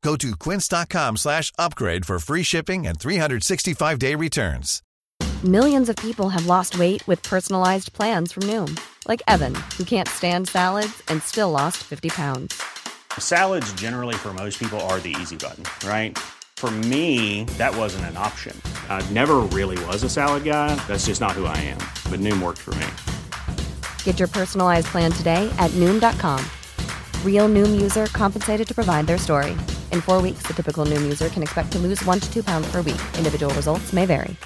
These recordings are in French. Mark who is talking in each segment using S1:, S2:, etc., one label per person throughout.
S1: Go to quince.com slash upgrade for free shipping and 365-day returns.
S2: Millions of people have lost weight with personalized plans from Noom, like Evan, who can't stand salads and still lost 50 pounds.
S3: Salads, generally, for most people, are the easy button, right? For me, that wasn't an option. I never really was a salad guy. That's just not who I am. But Noom worked for me.
S2: Get your personalized plan today at Noom.com. Real Noom user compensated to provide their story. In four weeks, the typical Noom user can expect to lose one to two pounds per week. Individual results may vary.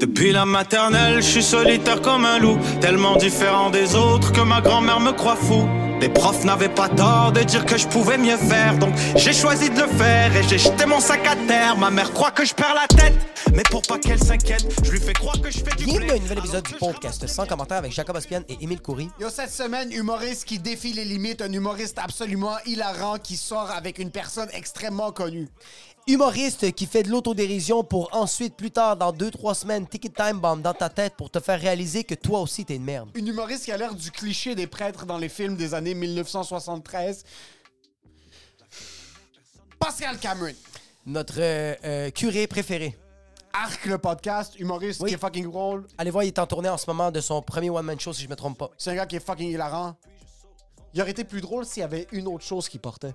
S4: Depuis la maternelle, je suis solitaire comme un loup, tellement différent des autres que ma grand-mère me croit fou. Les profs n'avaient pas tort de dire que je pouvais mieux faire, donc j'ai choisi de le faire et j'ai jeté mon sac à terre. Ma mère croit que je perds la tête, mais pour pas qu'elle s'inquiète, je lui fais croire que je fais du
S5: Bienvenue à
S4: blé.
S5: un nouvel épisode du
S4: Alors que je
S5: podcast sans commentaire avec Jacob Ospian et Émile Coury.
S6: Yo, cette semaine, humoriste qui défie les limites, un humoriste absolument hilarant qui sort avec une personne extrêmement connue.
S5: Humoriste qui fait de l'autodérision pour ensuite, plus tard, dans 2-3 semaines, ticket time bomb dans ta tête pour te faire réaliser que toi aussi t'es une merde.
S6: Une humoriste qui a l'air du cliché des prêtres dans les films des années 1973. Pascal Cameron,
S5: Notre euh, euh, curé préféré.
S6: Arc le podcast, humoriste
S5: Oui.
S6: qui est fucking drôle.
S5: Allez voir, il est en tournée en ce moment de son premier one-man show, si je me trompe pas.
S6: C'est un gars qui est fucking hilarant. Il aurait été plus drôle s'il y avait une autre chose qu'il portait.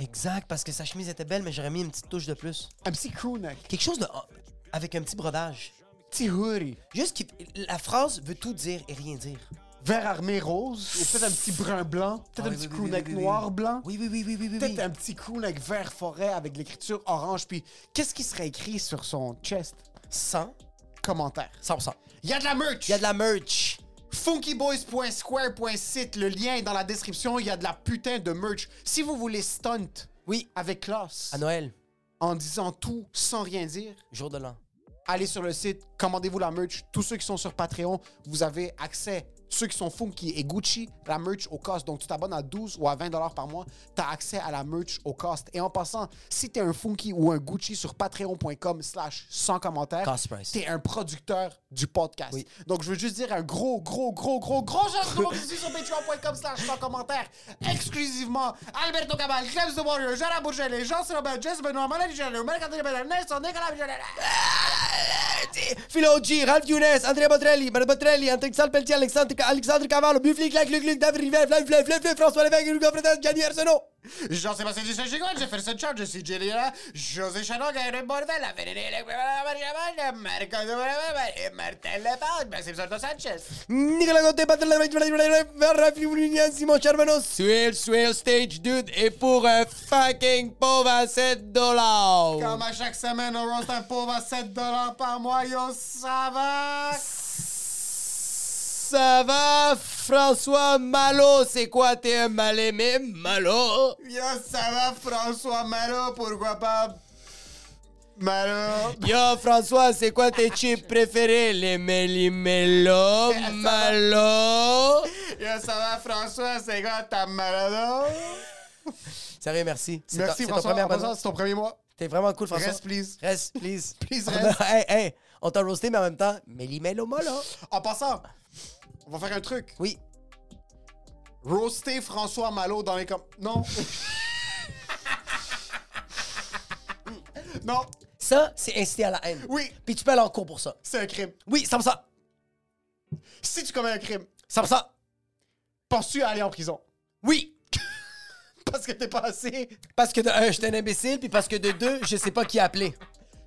S5: Exact, parce que sa chemise était belle, mais j'aurais mis une petite touche de plus.
S6: Un petit crewneck,
S5: Quelque chose de... ah, avec un petit brodage.
S6: petit hoodie,
S5: Juste qui... La phrase veut tout dire et rien dire.
S6: vert armé rose, et peut-être un petit brun blanc,
S5: Ah,
S6: peut-être un
S5: oui, oui,
S6: petit
S5: oui,
S6: crewneck
S5: oui, oui, oui.
S6: noir blanc.
S5: Oui, oui, oui, oui, oui, oui. oui.
S6: peut-être un petit coup avec vert forêt avec l'écriture orange. Puis qu'est-ce qui serait écrit sur son chest
S5: 100,
S6: Commentaire.
S5: 100%.
S6: Il y a de la merch.
S5: Il y a de la merch.
S6: Funkyboys.square.site. Le lien est dans la description. Il y a de la putain de merch. Si vous voulez stunt
S5: Oui,
S6: avec classe,
S5: à Noël,
S6: en disant tout sans rien dire,
S5: jour de l'an.
S6: allez sur le site, commandez-vous la merch. Tous ceux qui sont sur Patreon, vous avez accès. Ceux qui sont Funky et Gucci, la merch au cost. Donc, tu t'abonnes à 12 ou à 20 dollars par mois, tu as accès à la merch au cost. Et en passant, si tu es un Funky ou un Gucci sur patreon.com slash sans commentaire,
S5: Cost price.
S6: tu es un producteur du podcast.
S5: Oui.
S6: Donc, je veux juste dire un gros, gros, gros, gros, gros geste de remercie sur patreon.com slash sans commentaire. Exclusivement, Alberto Cabal, Clebs de Warrior, Jara Bourgelet, Jean Robert, Jess Benoît, Malade Jalou, Marc-André Bernard, Nelson, Nicolas Ah, Bernard.
S5: Philo G, Ralph Younes, Andrea Botrelli, Marie Botrelli, Antrixal Pelletier, Alexandre, Alexandre Cavallo, Buffly, Clac, Luc, Luc, David Rivet, Flav, Flav, Flav, Flav, François Lévesque, Hugo Fredes, Gianni Arsenault.
S6: Jean-Sébastien Duchet-Gigogne, Jefferson Charles, Jesse Gillian, José Chanoc, Henri Bordel, Frédéric Benjamin, Marco de Bonneval, Martin Lepage, Maxime Sordo Sanchez.
S5: Nicolas Gauthier, Patrick Lemaitre, Frédéric Lemaitre, Raphaël Foulignan, Simon Charbonneau, Swell, Swell, Stage Dude, et pour un fucking pauvre à 7
S6: Comme
S5: dollars.
S6: à chaque semaine, on roast un pauvre à 7 par mois, yo, ça va?
S5: Ça va, François Malo, c'est quoi, t'es un mal-aimé, Malo?
S6: Yo, ça va, François Malo, pourquoi pas? Malo.
S5: Yo, François, c'est quoi tes chips préférés? Les mélimélos, malo.
S6: Yo, ça va, François, c'est quoi ta malade?
S5: Sérieux, merci. C'est
S6: Merci,
S5: ton- c'est ton
S6: François.
S5: premier
S6: En passant,
S5: abonnement.
S6: C'est ton premier mois.
S5: T'es vraiment cool, François.
S6: Reste, please.
S5: Reste, please.
S6: Please,
S5: On
S6: reste.
S5: a- hey, hey, on t'a roasté, mais en même temps, mélimélo, malo.
S6: En passant, on va faire un truc.
S5: Oui.
S6: Roaster François Malo dans les com... Non. non,
S5: Ça, c'est incité à la haine.
S6: Oui.
S5: Puis tu peux aller en cours pour ça.
S6: c'est un crime.
S5: Oui, ça me ça.
S6: Si tu commets un crime,
S5: Ça me ça.
S6: penses-tu à aller en prison?
S5: Oui.
S6: Parce que t'es pas assez...
S5: Parce que de un, j'étais un imbécile, puis parce que de deux, je sais pas qui appeler.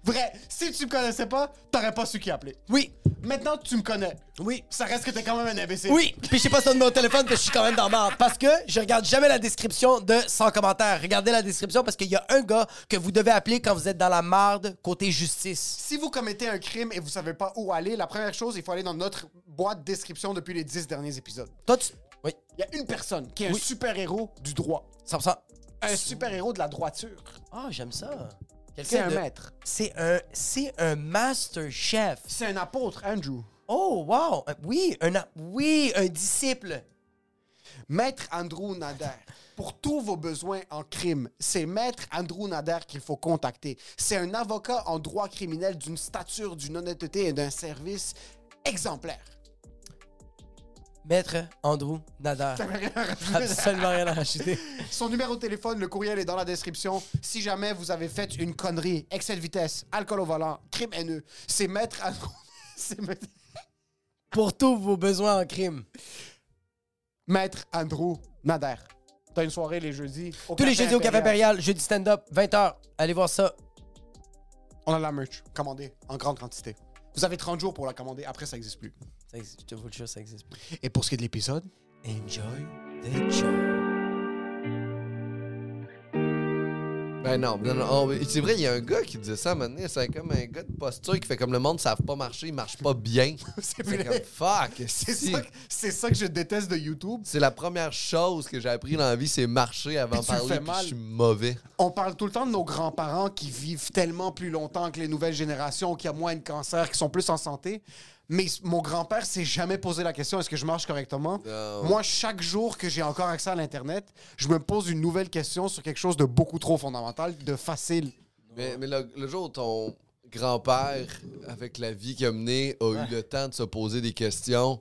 S6: Vrai, si tu me connaissais pas, t'aurais pas su qui appeler.
S5: Oui.
S6: Maintenant, tu me connais.
S5: Oui.
S6: Ça reste que t'es quand même un imbécile.
S5: Oui, puis je sais pas si c'est mon téléphone, mais je suis quand même dans la merde. Parce que je regarde jamais la description de sans commentaire. Regardez la description parce qu'il y a un gars que vous devez appeler quand vous êtes dans la merde côté justice.
S6: Si vous commettez un crime et vous savez pas où aller, la première chose, il faut aller dans notre boîte description depuis les 10 derniers épisodes.
S5: Toi, tu. Oui,
S6: Il y a une personne qui est un super-héros du droit.
S5: 100%.
S6: Un super-héros de la droiture.
S5: Ah, j'aime ça. Quelqu'un
S6: C'est un
S5: de-
S6: maître.
S5: C'est un, c'est un master chef.
S6: C'est un apôtre, Andrew.
S5: Oh, wow! Un- Oui, un, a- oui, un disciple.
S6: Maître Andrew Nader. Pour tous vos besoins en crime, c'est Maître Andrew Nader qu'il faut contacter. C'est un avocat en droit criminel d'une stature, d'une honnêteté et d'un service exemplaire.
S5: Maître Andrew Nader. Absolument rien à rajouter.
S6: Son numéro de téléphone, le courriel est dans la description. Si jamais vous avez fait une connerie, excès de vitesse, alcool au volant, crime haineux, c'est Maître Andrew... c'est Maître-
S5: Pour tous vos besoins en crime.
S6: Maître Andrew Nader. T'as une soirée les jeudis. au
S5: Tous les jeudis au Café Impérial, jeudi stand-up, 20h. Allez voir ça.
S6: On a la merch commandée en grande quantité. Vous avez 30 jours pour la commander, après ça n'existe plus.
S5: Ça existe, je te vous le jure, ça existe plus.
S6: Et pour ce qui est de l'épisode,
S5: Enjoy the show.
S7: Ben non, non, non, oh, mais c'est vrai, il y a un gars qui disait ça à un moment donné, c'est comme un gars de posture qui fait comme le monde ne savent pas marcher, il marche pas bien.
S6: c'est
S7: C'est
S6: vrai.
S7: comme fuck.
S6: C'est
S7: si.
S6: ça, que- c'est ça que je déteste de YouTube.
S7: C'est la première chose que j'ai appris dans la vie, c'est marcher avant
S6: Puis
S7: de
S6: tu le fais
S7: parler, puis
S6: mal.
S7: je suis mauvais.
S6: On parle tout le temps de nos grands-parents qui vivent tellement plus longtemps que les nouvelles générations, qui ont moins de cancer, qui sont plus en santé. Mais s- mon grand-père s'est jamais posé la question est-ce que je marche correctement
S7: Non.
S6: Moi, chaque jour que j'ai encore accès à l'Internet, je me pose une nouvelle question sur quelque chose de beaucoup trop fondamental, de facile.
S7: Mais, mais le, le jour où ton grand-père, avec la vie qu'il a menée, a eu le temps de se poser des questions,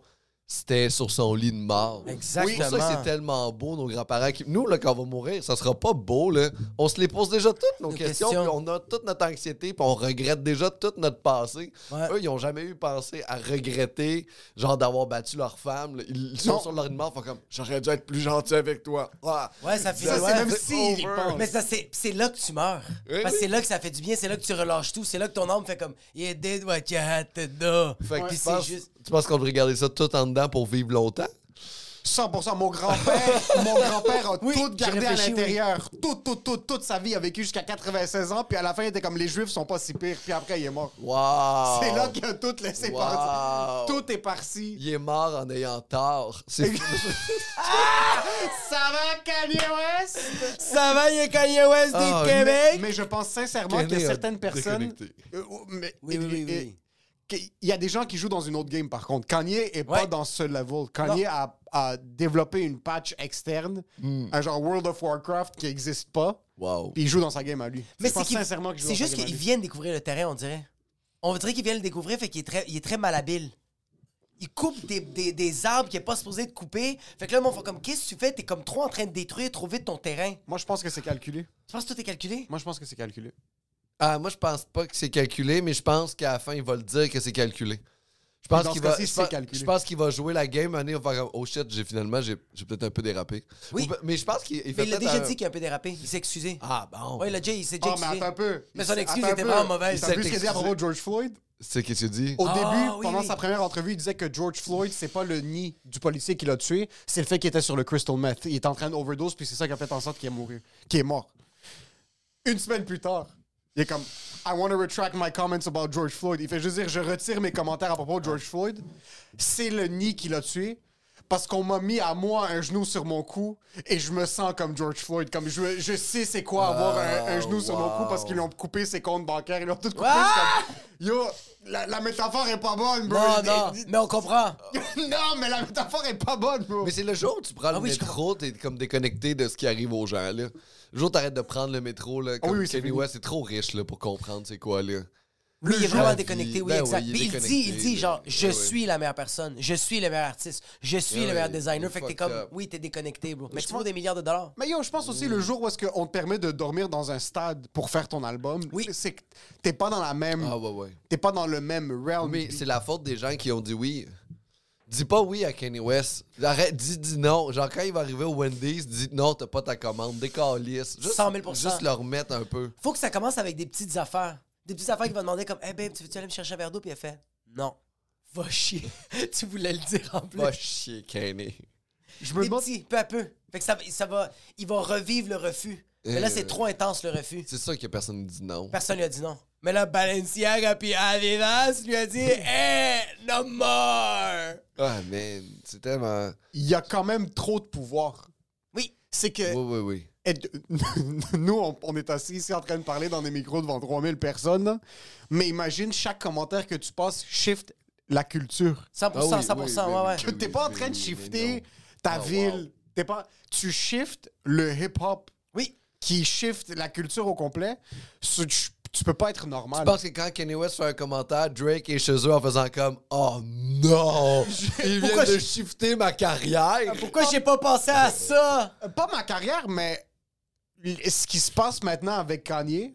S7: c'était sur son lit de mort.
S5: Exactement.
S7: C'est pour ça que c'est tellement beau, nos grands-parents. qui- Nous, là, quand on va mourir, ça sera pas beau. Là. On se les pose déjà toutes, nos,
S5: Nos
S7: questions,
S5: questions.
S7: puis on a toute notre anxiété, puis on regrette déjà tout notre passé.
S5: Ouais.
S7: Eux, ils ont jamais eu pensé à regretter, genre, d'avoir battu leur femme. là. Ils ils sont
S6: Non.
S7: sur leur lit de mort, font comme « J'aurais dû être plus gentil avec toi. Ah.
S5: Ouais, ça fait
S7: Ça, c'est
S5: ouais.
S7: même s'il y pense.
S5: Mais ça, c'est c'est là que tu meurs.
S7: Oui,
S5: Parce que
S7: oui.
S5: c'est là que ça fait du bien, c'est là que tu relâches tout, c'est là que ton âme fait comme You did what you had to do.
S7: Fait que
S5: Puis
S7: tu,
S5: c'est
S7: penses,
S5: juste.
S7: tu penses qu'on devrait garder ça tout en dedans pour vivre longtemps?
S6: 100%. Mon grand-père, mon grand-père a
S5: Oui,
S6: tout
S5: j'ai
S6: gardé à
S5: réfléchi, oui.
S6: l'intérieur. Tout, tout, tout, toute sa vie. Il a vécu jusqu'à 96 ans. Puis à la fin, il était comme les Juifs sont pas si pires. Puis après, il est mort.
S5: Ah.
S7: Wow!
S6: C'est là qu'il a tout laissé
S7: Wow.
S6: partir. Tout est parti.
S7: Il est mort en ayant tort. C'est
S6: Ça va, Kanye West?
S5: Ça va, il y a Kanye West
S7: Ah,
S5: du Québec?
S6: Mais je pense sincèrement
S7: Kanye
S6: que
S7: a
S6: certaines personnes.
S7: déconnecté.
S6: Euh, oh, mais-
S5: Oui, oui, oui, oui.
S6: qu'il- Il y a des gens qui jouent dans une autre game, par contre. Kanye est
S5: Ouais.
S6: pas dans ce level. Kanye a, a développé une patch externe,
S5: Hmm.
S6: un genre World of Warcraft qui n'existe pas.
S7: Wow.
S6: Puis il joue dans sa game à lui.
S5: Mais
S6: je pense
S5: qu'il-
S6: sincèrement qu'il joue
S5: c'est
S6: dans sa
S5: juste
S6: game à
S5: qu'ils
S6: lui.
S5: viennent découvrir le terrain, on dirait. On dirait qu'ils viennent le découvrir, fait qu'il est très, il est très malhabile. Il coupe des, des- des arbres qu'il n'est pas supposé de couper. Fait que là, mon font comme qu'est-ce que tu fais T'es comme trop en train de détruire trop vite ton terrain.
S6: Moi, je pense que c'est calculé.
S5: Tu penses que tout est calculé
S6: Moi, je pense que c'est calculé.
S7: Ah, moi, je pense pas que c'est calculé, mais je pense qu'à la fin, il va le dire que c'est calculé. Je pense
S6: Dans
S7: qu'il
S6: ce
S7: va,
S6: cas-ci,
S7: je
S6: c'est
S7: pense-
S6: calculé.
S7: je pense qu'il va jouer la game, année, on va faire comme, oh shit, j'ai finalement, j'ai j'ai peut-être un peu dérapé.
S5: Oui.
S7: Ou pe- mais je pense qu'il il
S5: Mais
S7: fait
S5: il a
S7: peut-être
S5: déjà
S7: un-
S5: dit qu'il a un peu dérapé. Il s'est excusé.
S7: Ah, bon.
S5: Ouais, il a déjà, il s'est
S6: Ah,
S5: déjà
S6: mais
S5: excusé.
S6: attends un peu.
S5: Mais son
S6: Il-
S5: excuse
S6: attends un
S5: était
S6: peu.
S5: vraiment mauvaise.
S6: Il s'est plus
S7: s'est
S6: qu'il a dit à
S7: excusé.
S6: propos de George Floyd.
S7: C'est qu'est-ce qu'il dit?
S6: Au
S5: Ah,
S6: début,
S5: oui,
S6: pendant
S5: oui.
S6: sa première entrevue, il disait que George Floyd, c'est pas le nid du policier qui l'a tué, c'est le fait qu'il était sur le crystal meth. Il était en train d'overdose, puis c'est ça qui a fait en sorte qu'il est, mouru, qu'il est mort. Une semaine plus tard, il est comme I want to retract my comments about George Floyd. Il fait juste dire je retire mes commentaires à propos de George Floyd. C'est le nid qui l'a tué. Parce qu'on m'a mis à moi un genou sur mon cou et je me sens comme George Floyd. Comme je, je sais c'est quoi avoir un, un genou sur mon cou parce qu'ils l'ont coupé ses comptes bancaires, ils l'ont tout coupé. Je suis comme, Yo, la, la métaphore est pas bonne, bro.
S5: Non, non, mais on comprend.
S6: Non, mais la métaphore est pas bonne, bro.
S7: Mais c'est le jour où tu prends
S6: Ah
S7: le
S5: oui, je
S7: métro, t'es comme déconnecté de ce qui arrive aux gens, là. Le jour où t'arrêtes de prendre le métro, là, comme
S6: Ah oui, oui, c'est
S7: Kanye
S6: fini.
S7: West, c'est trop riche, là, pour comprendre c'est quoi, là.
S5: Lui, il est
S7: genre,
S5: vraiment
S7: il-
S5: déconnecté, oui,
S7: ben
S5: exact.
S7: ouais, il est
S5: Mais il dit, il
S7: déconnecté,
S5: dit,
S7: là.
S5: genre, je
S7: Ouais, ouais.
S5: suis la meilleure personne, je suis le meilleur artiste, je suis
S7: Ouais,
S5: le meilleur
S7: ouais,
S5: designer.
S7: il
S5: Fait que
S7: est
S5: t'es comme,
S7: fucked up.
S5: oui, t'es déconnecté, bro. Mais tu vaux
S6: pense-
S5: des milliards de dollars.
S6: Mais yo, je pense aussi le jour où est-ce qu'on te permet de dormir dans un stade pour faire ton album,
S5: Oui.
S6: c'est que t'es pas dans la même.
S7: Ah, ouais, ouais.
S6: T'es pas dans le même realm.
S7: Mais c'est la faute des gens qui ont dit oui. Dis pas oui à Kanye West. Arrête, dis, dis non. Genre, quand il va arriver au Wendy's, dis non, t'as pas ta commande. Décalisse. Juste,
S5: 100 000
S7: Juste le remettre un peu.
S5: Faut que ça commence avec des petites affaires. Des petites affaires qui vont demander comme, hey babe, tu veux-tu aller me chercher un verre d'eau? Puis elle fait, non. Va chier. tu voulais le dire en plus.
S7: Va chier, Kanye.
S6: Je me
S5: Des
S6: demande.
S5: petits, peu à peu. Fait que ça, ça va, il va revivre le refus. Mais là,
S7: Euh.
S5: c'est trop intense le refus.
S7: C'est sûr que personne ne dit non.
S5: Personne lui a dit non. Mais là, Balenciaga puis Adidas lui a dit, hey, no more.
S7: Ah, man. C'est tellement.
S6: Il y a quand même trop de pouvoir.
S5: Oui.
S6: C'est que
S7: Oui, oui, oui.
S6: être- nous, on, on est assis ici en train de parler dans des micros devant 3000 personnes. là. Mais imagine chaque commentaire que tu passes shift la culture.
S5: 100%,
S7: Ah oui,
S5: 100%,
S7: oui,
S5: ouais,
S7: oui,
S5: ouais.
S7: oui.
S6: Que t'es pas en train de shifter ta
S7: Oh, wow.
S6: ville. T'es pas, tu shiftes le hip-hop
S5: Oui.
S6: qui shift la culture au complet. Tu, tu- tu peux pas être
S7: Je
S6: normal.
S7: pense que quand Kanye West fait un commentaire, Drake est chez eux en faisant comme Oh non! Ils viennent
S6: Pourquoi
S7: de
S6: je- Ah,
S7: shifter ma carrière!
S5: Pourquoi j'ai pas pensé à ça?
S6: Euh, Pas ma carrière, mais l- ce qui se passe maintenant avec Kanye,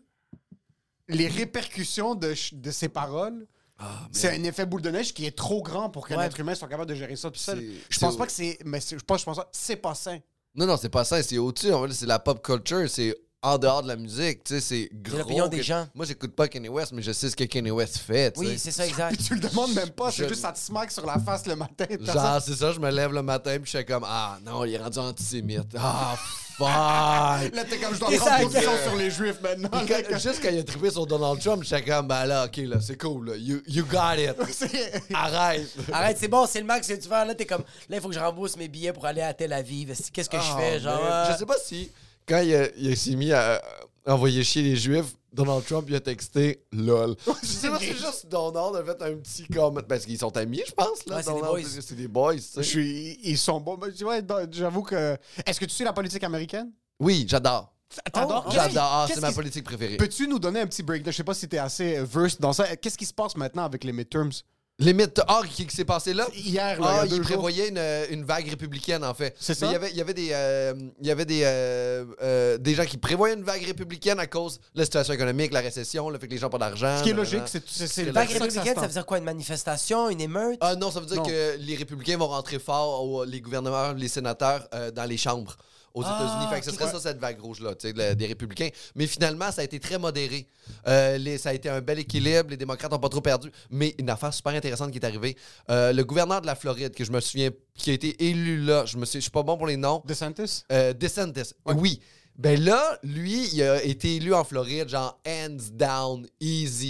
S6: les répercussions de, ch- de ses paroles,
S7: Ah,
S6: c'est un effet boule de neige qui est trop grand pour qu'un
S5: Ouais.
S6: être humain soit capable de gérer ça tout seul.
S7: C'est-
S6: Je
S7: c'est
S6: pense
S7: au-
S6: pas que c'est. Mais c'est- je pense, je pense pas- c'est pas sain.
S7: Non, non, c'est pas ça, c'est au-dessus. En fait, c'est la pop culture, c'est en dehors de la musique, tu sais, c'est gros.
S5: l'opinion des
S7: que-
S5: gens.
S7: Moi, j'écoute pas Kanye West, mais je sais ce que Kanye West fait, tu
S5: Oui,
S7: sais.
S5: c'est ça, exact.
S6: Puis tu le demandes même pas, c'est
S7: Je-
S6: juste ça te smack sur la face le matin. T'as ça-
S7: Genre, c'est ça, je me lève le matin, puis je suis comme Ah non, il est rendu antisémite. Ah, fuck!
S6: Là, t'es comme je dois
S5: T'es
S6: prendre
S5: ça,
S6: position
S5: gueule.
S6: sur les juifs maintenant.
S7: Puis quand- juste quand il a trippé sur Donald Trump, j'étais comme, ben là, ok, là, c'est cool, là. You, you got it. Arrête.
S5: Arrête, c'est bon, c'est le max que tu fais. Là, t'es comme, là, il faut que je rembourse mes billets pour aller à Tel Aviv. Qu'est-ce que je fais,
S7: Oh,
S5: genre? euh,
S7: man.
S6: euh,
S7: Je sais pas si, quand il, a- il s'est mis à euh, envoyer chier les Juifs, Donald Trump, il a texté LOL. je sais pas si juste Donald a fait un petit comment. Parce qu'ils sont amis, je pense, là.
S5: Ouais, c'est des
S7: Donald,
S5: boys.
S7: C'est des boys, tu sais.
S6: Je suis, ils sont bons. Mais tu vois, dans- J'avoue que. Est-ce que tu suis la politique américaine?
S7: Oui, j'adore.
S6: T'adores? Qu'est-ce qui-
S7: Oh, J'adore. Ah,
S6: qu'est-ce
S7: c'est ma
S6: qui-
S7: politique préférée.
S6: Peux-tu nous donner un petit break? Je sais pas si t'es assez versed dans ça. Qu'est-ce qui se passe maintenant avec les midterms?
S7: Limite, ah, qui qui s'est passé là?
S6: Hier, là,
S7: Ah,
S6: il y a
S7: il
S6: deux jours.
S7: prévoyait une, une vague républicaine, en fait.
S6: C'est
S7: Mais
S6: ça?
S7: Il y avait, il y avait, des, euh, il y avait des, euh, euh, des gens qui prévoyaient une vague républicaine à cause de la situation économique, la récession, le fait que les gens n'ont pas d'argent.
S6: Ce qui est
S7: blablabla.
S6: logique, c'est- c'est c'est
S7: Vague
S5: Vague
S6: c'est ça que ça se
S5: républicaine, ça
S6: tente.
S5: veut dire quoi? Une manifestation, une émeute?
S7: Ah non, ça veut dire
S6: Non.
S7: que les républicains vont rentrer fort, au- les gouverneurs, les sénateurs, euh, dans les chambres aux
S5: Ah,
S7: États-Unis. Fait que ce
S5: ok.
S7: serait ça, cette vague rouge-là, tu sais, le- des républicains. Mais finalement, ça a été très modéré. Euh, les- ça a été un bel équilibre. Les démocrates n'ont pas trop perdu. Mais une affaire super intéressante qui est arrivée. Euh, le gouverneur de la Floride, que je me souviens, qui a été élu là, je me suis, je suis pas bon pour les noms.
S6: DeSantis?
S7: Euh, DeSantis. Oui. Ben là, lui, il a été élu en Floride, genre hands down, easy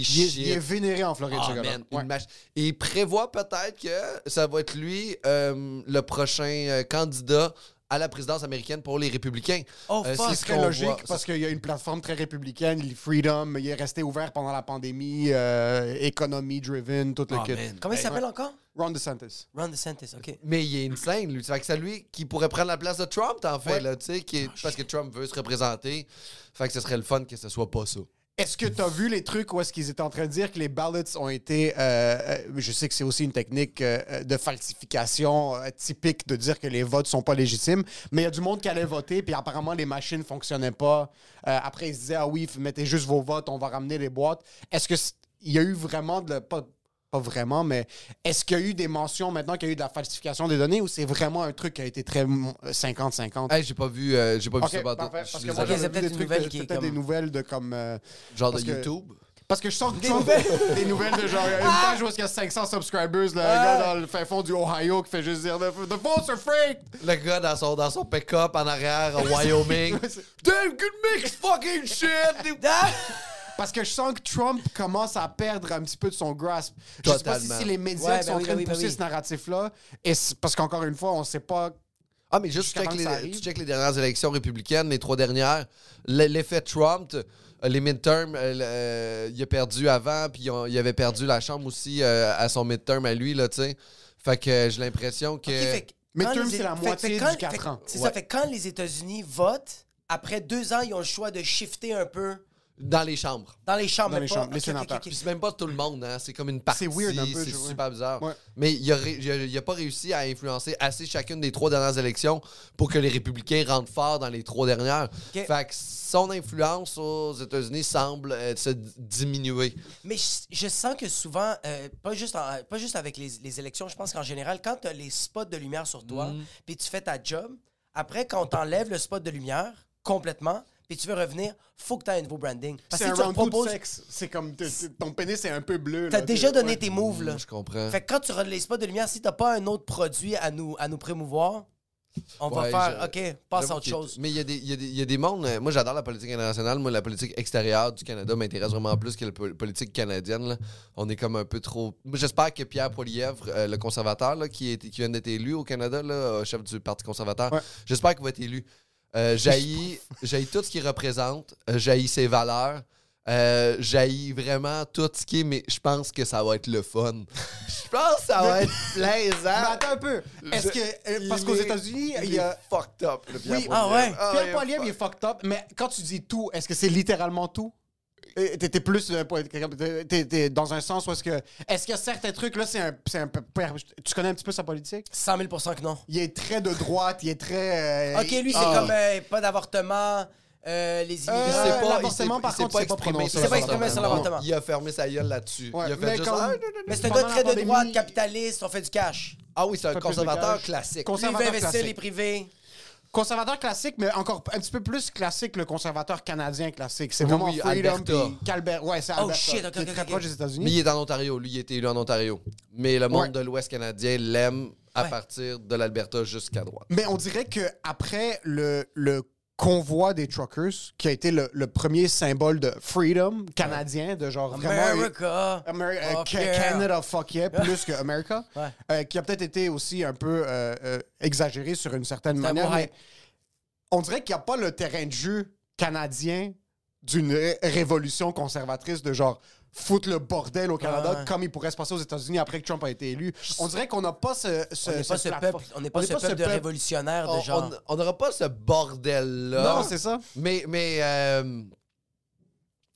S6: Il est,
S7: shit.
S6: il est vénéré en Floride,
S7: Ah,
S6: ce gars-là.
S7: man,
S6: Ouais.
S7: une mach- Et il prévoit peut-être que ça va être lui euh, le prochain euh, candidat à la présidence américaine pour les républicains. Euh,
S5: Oh, fuck.
S7: c'est
S6: Ce
S7: ce
S6: serait
S7: qu'on
S6: logique
S7: voit.
S6: parce qu'il y a une plateforme très républicaine, le Freedom, il est resté ouvert pendant la pandémie, euh, économie driven, tout le
S7: Ah,
S6: kit.
S7: man.
S5: Comment il s'appelle encore?
S6: Ron DeSantis.
S5: Ron DeSantis, OK.
S7: Mais il est insane, lui. Ça fait que c'est lui qui pourrait prendre la place de Trump, en fait,
S6: Ouais.
S7: là, tu sais, qui est- parce que Trump veut se représenter. Fait que ce serait le fun que ce soit pas ça.
S6: Est-ce que tu as vu les trucs où est-ce qu'ils étaient en train de dire que les ballots ont été... euh, euh, je sais que c'est aussi une technique euh, de falsification euh, typique de dire que les votes sont pas légitimes, mais il y a du monde qui allait voter, puis apparemment les machines fonctionnaient pas. Euh, après, ils se disaient, ah oui, mettez juste vos votes, on va ramener les boîtes. Est-ce que c- il y a eu vraiment de... la- Pas, pas vraiment, mais est-ce qu'il y a eu des mentions maintenant qu'il y a eu de la falsification des données ou c'est vraiment un truc qui a été très mm, 50-50?
S7: Hey, j'ai pas vu, euh, j'ai pas
S6: Ok,
S7: vu ce bateau.
S6: parfait,
S7: Je
S6: parce
S7: suis
S6: que moi,
S7: désolé.
S5: Ok, c'est
S6: j'avais vu
S5: peut-être
S6: des
S5: une
S6: trucs,
S5: nouvelle
S6: de-
S5: qui est
S6: peut-être des
S5: comme-
S6: nouvelles de comme... euh,
S7: Genre
S6: parce
S7: de
S6: que-
S7: YouTube.
S6: parce que je sens que Trump- des nouvelles de genre une
S5: Ah!
S6: page où est-ce qu'il y a 500 subscribers, là, un gars dans le fin fond du Ohio qui fait juste dire The, the votes are fake!
S7: Le gars dans son, dans son pick-up en arrière, au Wyoming. Damn good mix fucking shit!
S6: Parce que je sens que Trump commence à perdre un petit peu de son grasp. Je sais pas si
S7: Totalement.
S6: c'est les médias
S5: Ouais,
S6: qui sont
S5: ben
S6: en
S5: oui,
S6: train
S5: ben oui,
S6: de
S5: ben
S6: pousser
S5: oui.
S6: ce narratif-là. Et c'est- parce qu'encore
S5: Euh,
S6: une fois, on sait pas.
S7: Ah, mais juste, tu
S6: Jusqu'à
S7: check
S6: quand ça
S7: les,
S6: arrive.
S7: tu check les dernières élections républicaines, les trois dernières. l- L'effet Trump, t- euh, les midterms, euh, le- euh, il a perdu avant, puis on- il avait perdu la Chambre aussi euh, à son midterm à lui, là, tu sais. Fait que euh, j'ai l'impression que.
S5: Ok, fait que
S6: Mais
S5: quand
S6: Trump,
S5: les-
S6: c'est la
S5: fait-
S6: moitié
S5: fait quand-
S6: du quatre
S5: fait-
S6: ans.
S5: C'est
S7: Ouais.
S5: ça, fait que quand les États-Unis votent, après deux ans, ils ont le choix de shifter un peu
S7: Dans les chambres.
S5: dans les chambres.
S6: Dans
S5: mais
S6: les
S5: pas-
S6: chambres,
S5: ok,
S6: les
S5: ok,
S6: sénateurs.
S5: ok,
S7: Puis
S5: ok.
S7: c'est même pas tout le monde, hein. C'est comme une partie.
S6: C'est weird un peu,
S7: C'est
S6: je vois.
S7: super bizarre.
S6: Ouais.
S7: Mais il a, ré- il a- il a pas réussi à influencer assez chacune des trois dernières élections pour que les républicains rentrent fort dans les trois dernières.
S5: Ok.
S7: Fait que son influence aux États-Unis semble euh, se d- diminuer.
S5: Mais je, je sens que souvent, euh, pas, juste en- pas juste avec les, les élections, je pense qu'en général, quand tu as les spots de lumière sur toi,
S6: Mm.
S5: puis tu fais ta job, après, quand on t'enlève le spot de lumière complètement, puis tu veux revenir, faut que tu aies un nouveau branding. Parce
S6: C'est
S5: que
S6: un
S5: si tu
S6: round two de
S5: reproposes,
S6: sexe. C'est comme. t- t- ton pénis est un peu bleu.
S5: tu as
S6: là,
S5: déjà
S6: t'es-
S5: donné
S6: ouais. Mm.
S5: tes moves. Là.
S7: Je comprends.
S5: Fait que quand tu as les spots de lumière, si tu pas un autre produit à nous, à nous prémouvoir, on va
S7: Ouais,
S5: faire,
S7: je-
S5: OK, passe à
S7: J'avoue
S5: autre
S7: qu'il y a-
S5: chose.
S7: Mais il y, a des- il y a des- il y a des mondes. euh, Moi, j'adore la politique internationale. Moi, la politique extérieure du Canada m'intéresse vraiment plus que la po- politique canadienne. là. On est comme un peu trop. Moi, j'espère que Pierre Poilievre, euh, le conservateur, là, qui, est, qui vient d'être élu au Canada, là, euh, chef du Parti conservateur, j'espère qu'il va être élu. Euh, j'haïs j'haïs tout ce qu'il représente, euh, j'haïs ses valeurs, euh, j'haïs vraiment tout ce qui est, mais je pense que ça va être le fun. Je pense que ça va être
S6: Mais
S7: plaisant.
S6: attends un peu. Est-ce que. euh, Parce
S7: Il
S6: qu'aux
S7: est-
S6: États-Unis, il
S7: il
S6: y
S7: est
S6: a.
S7: fucked up, le Pierre
S6: Oui,
S5: ah ouais.
S7: Poilievre. Ah
S6: Pierre
S7: ouais,
S6: Poilievre, il est fucked up, mais quand tu dis tout, est-ce que c'est littéralement tout? Et T'es t'es plus euh, pour être quelqu'un- t'es- t'es- t'es dans un sens où est-ce que est-ce que certains trucs là c'est un, c'est un peu- tu connais un petit peu sa politique
S5: 100 000 que non.
S6: il est très de droite il est très euh,
S5: Ok, lui, c'est
S7: Ah.
S5: comme euh, pas d'avortement, euh, les immigrants.
S7: Il
S6: Euh,
S7: s'est pas, il s'est-
S6: l'avortement, par
S7: il s'est
S6: contre,
S7: pas
S6: c'est pas
S7: exprimé
S6: prononcé.
S7: sur
S5: Il s'est pas exprimé sur l'avortement.
S7: Non, Il a fermé sa gueule là-dessus.
S6: Ouais,
S7: il a
S6: mais
S7: fait juste
S6: comme-
S7: ah,
S5: Mais c'est un
S6: Pendant
S5: gars très
S6: la
S5: de droite,
S6: pandémie,
S5: capitaliste, on fait du cash.
S7: Ah oui, c'est un
S6: Fait plus de
S7: conservateur
S6: cash.
S7: classique.
S5: Lui, il veut
S6: Conservateur
S5: investir les
S6: classique.
S5: privés.
S6: Conservateur classique, mais encore un petit peu plus classique le conservateur canadien classique. C'est
S7: Oui,
S6: vraiment
S7: oui,
S6: Freedom
S7: Alberta.
S6: puis Calbert. Ouais, c'est
S5: Oh,
S6: Alberta.
S5: shit, ok,
S6: qui est
S5: ok,
S6: très
S5: ok.
S6: proche des
S7: Mais il
S6: États-Unis.
S7: est en Ontario. Lui, il était élu en Ontario. Mais le monde
S6: Ouais.
S7: de l'Ouest canadien l'aime à
S5: Ouais.
S7: partir de l'Alberta jusqu'à droite.
S6: Mais on dirait que après le, le convoi des truckers, qui a été le, le premier symbole de freedom canadien, de genre vraiment
S5: America.
S6: Ameri- euh,
S5: Fuck
S6: Ca-
S5: yeah.
S6: Canada fuck yeah, plus que America,
S5: Ouais.
S6: Euh, qui a peut-être été aussi un peu euh, euh, exagéré sur une certaine
S5: C'est un
S6: manière.
S5: beau
S6: mais
S5: hype.
S6: on dirait qu'il n'y a pas le terrain de jeu canadien d'une ré- révolution conservatrice de genre foutre le bordel au Canada
S5: ouais.
S6: comme il pourrait se passer aux États-Unis après que Trump a été élu. On dirait qu'on n'a pas ce, ce,
S5: On n'est pas
S6: cette
S5: ce
S6: plateforme.
S5: peuple, on n'est pas ce peuple de révolutionnaire de
S7: On-
S5: genre.
S7: On on n'aura pas ce bordel-là.
S6: Non, c'est ça.
S7: Mais, mais, euh,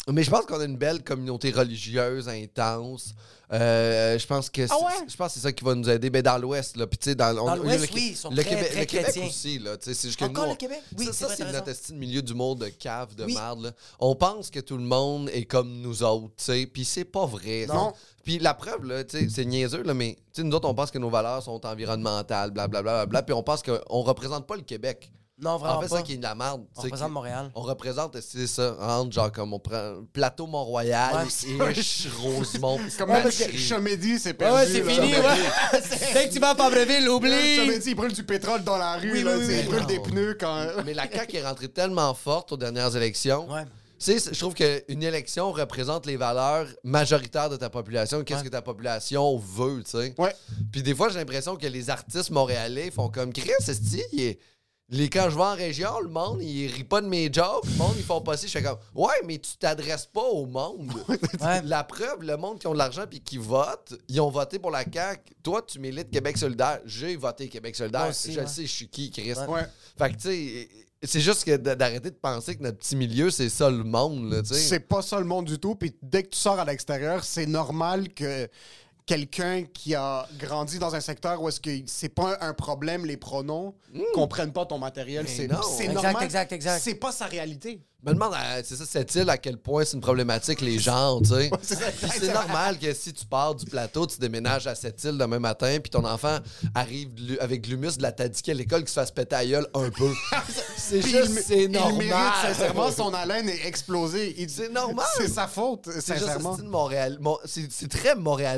S7: mais je pense qu'on a une belle communauté religieuse intense. Euh, je pense que c'est,
S6: ouais?
S7: je pense que c'est ça qui va nous aider. Mais dans l'Ouest, là, puis tu sais, dans, on-
S5: Dans
S7: le-
S5: l'Ouest,
S7: le-
S5: oui, ils sont
S7: le
S5: très,
S7: Québec,
S5: très
S7: le Québec
S5: chrétiens.
S7: aussi, là. tu sais, C'est juste que
S5: Encore
S7: nous,
S5: le Québec?
S7: on-
S5: Oui,
S7: ça,
S5: c'est
S7: ça,
S5: vrai,
S7: c'est
S5: t'as
S7: notre
S5: raison.
S7: esti de milieu du monde de cave, de
S5: Oui.
S7: marde. là. On pense que tout le monde est comme nous autres, tu sais, puis c'est pas vrai. ça.
S6: Non.
S7: Puis la preuve, là, tu sais, c'est niaiseux, là, mais tu sais, nous autres, on pense que nos valeurs sont environnementales, blablabla, bla, bla, bla, puis on pense qu'on représente pas le Québec.
S5: Non, vraiment
S7: en fait, c'est
S5: pas.
S7: ça qui est de la
S5: On
S7: merde. tu sais,
S5: représente
S7: qui-
S5: Montréal.
S7: On représente, c'est ça, entre genre comme on prend Plateau Mont-Royal,
S5: Ouais, c'est
S7: Ish, Rosemont.
S6: Comme
S7: Ouais,
S6: même
S7: parce que-
S6: Chomedy, c'est
S5: Ouais,
S6: perdu.
S5: ouais, c'est
S6: là.
S5: fini, ouais. Dès que tu vas à Fabreville, oublie.
S6: Chomedy, il brûle du pétrole dans la rue,
S5: Oui,
S6: là,
S5: oui, oui,
S6: tu sais,
S5: oui.
S6: il brûle des pneus quand...
S7: Mais la CAQ est rentrée tellement forte aux dernières élections.
S5: Ouais.
S7: Tu sais, je trouve qu'une élection représente les valeurs majoritaires de ta population. Qu'est-ce
S5: Ouais.
S7: que ta population veut, tu sais.
S6: Ouais.
S7: Puis des fois, j'ai l'impression que les artistes montréalais font comme Chris, esti, il est- les quand je vais en région, le monde, il rit pas de mes jobs. Le monde, ils font pas ci. Je fais comme, ouais, mais tu t'adresses pas au monde.
S5: Ouais.
S7: La preuve, le monde qui ont de l'argent puis qui vote, ils ont voté pour la CAQ. Toi, tu milites Québec solidaire. J'ai voté Québec solidaire.
S5: Moi aussi,
S7: je
S5: ouais.
S7: le sais, je suis qui, Chris.
S6: Ouais.
S7: Fait que, tu sais, c'est juste que d- d'arrêter de penser que notre petit milieu, c'est ça le monde, là, tu sais.
S6: C'est pas ça le monde du tout. Puis dès que tu sors à l'extérieur, c'est normal que quelqu'un qui a grandi dans un secteur où est-ce que c'est pas un problème les pronoms,
S7: Hmm.
S6: qu'on prenne pas ton matériel, c'est
S7: non.
S6: c'est
S5: Exact,
S6: normal.
S5: exact, exact.
S6: C'est pas sa réalité.
S7: Je me demande, euh, c'est ça, cette île, à quel point c'est une problématique, les gens, tu sais.
S6: c'est ça.
S7: Puis c'est normal que si tu pars du plateau, tu déménages à cette île demain matin, puis ton enfant arrive de l'hu- avec de l'humus de la tadiquée à l'école, qui se fasse péter à gueule un peu. c'est
S6: Puis
S7: juste,
S6: il mé-
S7: c'est normal.
S6: Il mérite sincèrement, son haleine est explosée. Il-
S7: C'est normal.
S6: C'est sa faute,
S7: C'est juste le
S6: sincèrement.
S7: style Montréal. Mon- c'est c'est très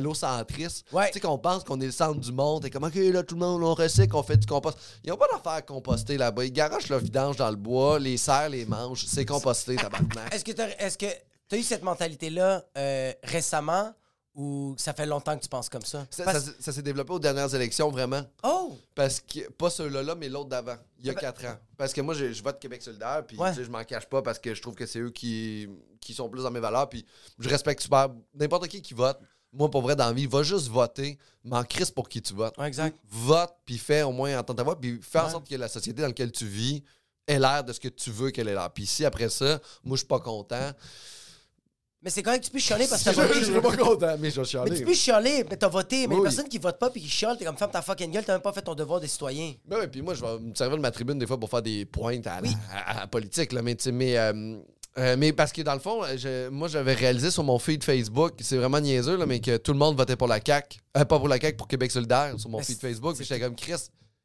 S7: montréalocentriste.
S5: Ouais.
S7: Tu sais qu'on pense qu'on est le centre du monde et comment que là tout le monde on recycle, on fait du compost. Ils ont pas d'affaire à composter là-bas. Ils garagent leur vidange dans le bois, les serres, les mangent, c'est composté tabarnak.
S5: Est-ce que t'as est-ce que t'as eu cette mentalité-là euh, récemment ou ça fait longtemps que tu penses comme ça?
S7: Ça,
S5: Parce-
S7: ça- ça s'est développé aux dernières élections vraiment.
S5: Oh!
S7: Parce que, pas celui-là, là, mais l'autre d'avant, il y a
S5: Ah ben-
S7: quatre ans. Parce que moi, je, je vote Québec solidaire, puis
S5: Ouais.
S7: tu sais, je m'en cache pas parce que je trouve que c'est eux qui, qui sont plus dans mes valeurs, puis je respecte super n'importe qui qui vote. Moi, pour vrai, dans la vie, va juste voter, m'en crisse pour qui tu votes.
S5: Ouais, exact.
S7: Vote, puis fais au moins entendre ta voix, puis fais en
S5: Ouais.
S7: sorte que la société dans laquelle tu vis ait l'air de ce que tu veux qu'elle ait l'air. Puis si après ça, moi, je suis pas content.
S5: Mais c'est correct que tu puisses chialer parce que t'as
S7: Je suis
S5: voté.
S7: pas content, mais je vais
S5: Mais tu
S7: chialer.
S5: peux chialer, mais t'as voté. Mais
S7: Oui.
S5: les personnes qui votent pas puis qui chialent, t'es comme femme ta fucking gueule, t'as même pas fait ton devoir des citoyens.
S7: Ben ouais, puis moi, je vais me servir de ma tribune des fois pour faire des pointes à la, à- à la politique, là, mais, tu sais, mais, euh, euh, mais parce que dans le fond, je- moi, j'avais réalisé sur mon feed Facebook, c'est vraiment niaiseux, là, mais que tout le monde votait pour la CAQ. Euh, pas pour la CAQ, pour Québec solidaire, sur mon
S5: Mais
S7: feed
S5: c'est-
S7: Facebook.
S5: c'est-
S7: Puis j'étais comme, Chris,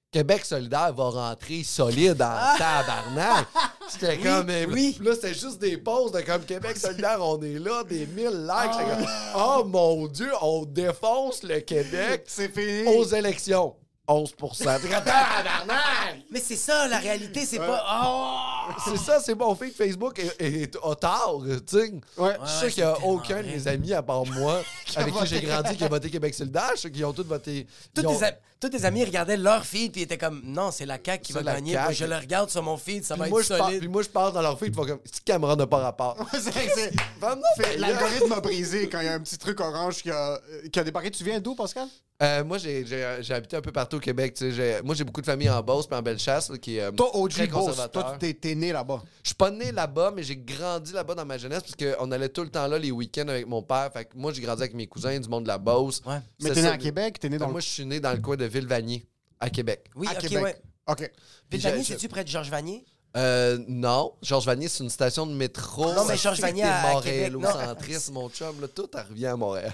S7: Québec solidaire va rentrer solide en tabarnak. J'étais comme, mais
S5: Ah! oui.
S7: là, c'était juste des pauses de comme Québec solidaire, on est là, des 1000 likes. J'étais comme,
S5: Ah!
S7: oh mon Dieu, on défonce le Québec
S6: C'est fini.
S7: aux élections. 11 T'es comme, tabarnak!
S5: Mais c'est ça, la réalité, c'est pas. Oh!
S7: C'est ça, c'est mon fait Facebook est, est, a tort, tu sais.
S6: Ouais.
S7: je sais
S5: c'est
S7: qu'il y a
S5: tellement
S7: aucun
S5: vrai.
S7: de mes amis à part moi avec qui j'ai grandi qui a voté Québec solidaire, ceux qui ont tous voté.
S5: Tous
S7: ils ont-
S5: tes, am- tous tes amis regardaient leur feed puis ils étaient comme non, c'est la CAQ qui
S7: C'est
S5: va
S7: la
S5: gagner.
S7: CAQ.
S5: Moi, je le regarde sur mon feed, ça va
S7: Puis
S5: être
S7: moi, je pars-
S5: solide.
S7: puis moi, je passe dans leur fille, ils font comme. C'est Cameron n'a pas rapport.
S6: C'est- c'est-
S7: Femme, non,
S6: Fait-
S7: mais-
S6: L'algorithme a brisé quand il y a un petit truc orange qui a, euh, qui a débarqué. Tu viens d'où, Pascal?
S7: Euh, moi, j'ai- j'ai j'ai habité un peu partout au Québec. tu sais, j'ai- Moi, j'ai beaucoup de familles en Beauce puis en Bellechasse. là, Qui, euh,
S6: Toi,
S7: très
S6: OG Boss.
S7: conservateur.
S6: Toi, tu t'es- t'es né là-bas.
S7: Je suis pas né là-bas, mais j'ai grandi là-bas dans ma jeunesse parce qu'on allait tout le temps là les week-ends avec mon père. Fait que moi, j'ai grandi avec mes cousins du monde de la Beauce.
S5: Ouais.
S6: Mais
S7: C'est
S6: t'es né
S7: ça,
S6: à Québec, t'es né dans
S7: Moi,
S6: le...
S7: je suis né dans le coin de Ville-Vanier, à Québec.
S5: Oui,
S6: à
S5: ok,
S6: Québec.
S5: ouais.
S6: OK.
S7: Puis
S5: Ville Vanier,
S7: je- je-
S5: c'est-tu près de Georges Vanier?
S7: Euh, non, Georges Vanier, c'est une station de métro.
S5: Non, mais
S7: Ça,
S5: Georges
S7: c'est que
S5: Vanier
S7: t'es
S5: à- à
S7: montréalocentriste, mon chum, là, tout elle revient à Montréal.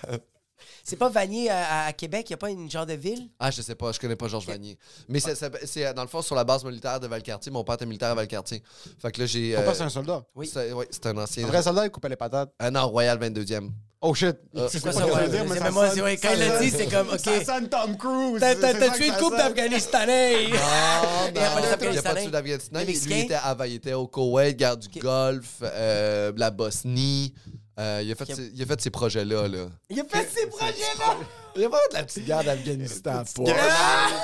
S5: C'est pas Vanier euh, à, à- à Québec, il a pas une genre de ville?
S7: Ah, je sais pas, je connais pas Georges Vanier. Mais c'est- c'est c'est, euh, dans le fond sur la base militaire de Valcartier. Mon père était militaire à Valcartier. Fait que là, j'ai.
S6: Pourquoi
S7: euh,
S6: c'est un soldat?
S5: Oui.
S7: c'est- ouais, c'est un ancien.
S6: Un vrai soldat, il coupait les patates.
S7: Un an Royal 22e.
S6: Oh shit.
S7: Euh,
S6: C'est
S5: Quoi,
S6: pas
S5: ça,
S6: ce que
S5: ouais,
S6: je veux dire, mais
S5: c'est-
S6: ça
S5: mais moi,
S6: sonne-
S5: c'est- ouais, quand il l'a dit, c'est comme, OK.
S6: Ça sonne Tom Cruise.
S5: T'as,
S6: c'est-
S5: t'as-
S6: c'est
S5: t'as
S6: ça
S5: tué
S6: que
S5: une
S6: ça
S5: coupe
S6: sonne.
S5: d'Afghanistanais!
S7: Ah,
S5: Il y a pas de
S7: non,
S5: Afghanistan.
S7: il y a pas de Sud-Afghanistan.
S5: Les
S7: Lui, il
S5: Mexicains?
S7: était, avant, il était au Koweït, guerre du Golfe, euh, la Bosnie. Euh, il, a fait
S5: Qui a-
S7: ses, il a fait ces projets-là. Là.
S5: Il a fait ses projets-là!
S7: Il a pas fait de la petite guerre
S5: Euh,
S7: d'Afghanistan. pas.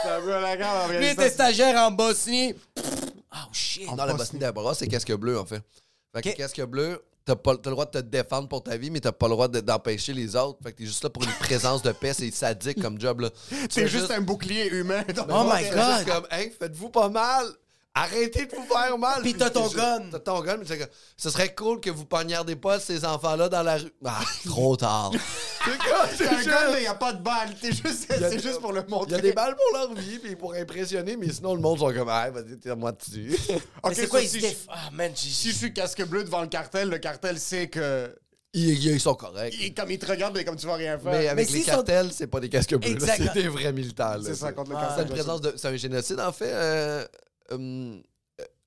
S6: Ça brûle la gueule, en
S5: Lui il
S6: réalité.
S5: était stagiaire en Bosnie. Oh shit!
S7: Non, la Bosnie d'Abra, c'est casque bleu, en fait. Fait que
S5: Ok.
S7: casque bleu, t'as pas- t'as le droit de te défendre pour ta vie, mais t'as pas le droit de- d'empêcher les autres. Fait que t'es juste là pour une présence de paix. C'est sadique comme job. là. Tu
S6: C'est
S7: fais
S6: juste un bouclier humain.
S5: Oh my
S7: C'est
S5: God.
S7: juste comme, hey, faites-vous pas mal. Arrêtez de vous faire mal.
S5: Puis t'as ton
S7: je-
S5: gun.
S7: T'as ton gun, mais c'est que ce serait cool que vous poignardez pas ces enfants-là dans la rue. Ah, trop tard. C'est comme-
S6: C'est
S7: c'est
S6: un
S7: juste-
S6: gars, mais il n'y a pas de balle. C'est juste,
S7: a-
S6: c'est juste pour le
S7: Il y a
S6: montrer.
S7: des balles pour leur vie, puis pour impressionner, mais sinon le monde sont comme, hey, vas-y, tire-moi dessus.
S5: Mais
S6: Ok,
S5: c'est quoi,
S6: ça,
S5: il se
S6: si, je,
S5: déf- Ah, man, j'ai-
S6: si je suis casque bleu devant le cartel, le cartel sait que.
S7: ils, ils sont corrects.
S6: il- comme il te regarde, mais comme tu vas rien faire.
S7: Mais euh, avec
S5: Mais
S7: les
S5: s'ils sont-
S7: cartels, c'est pas des casques bleus, là,
S5: Exact.
S7: c'est des vrais militaires. là.
S6: c'est ça, contre le
S5: Ah.
S7: C'est
S6: cartel.
S7: une présence de- c'est un génocide, en fait, euh, euh, euh,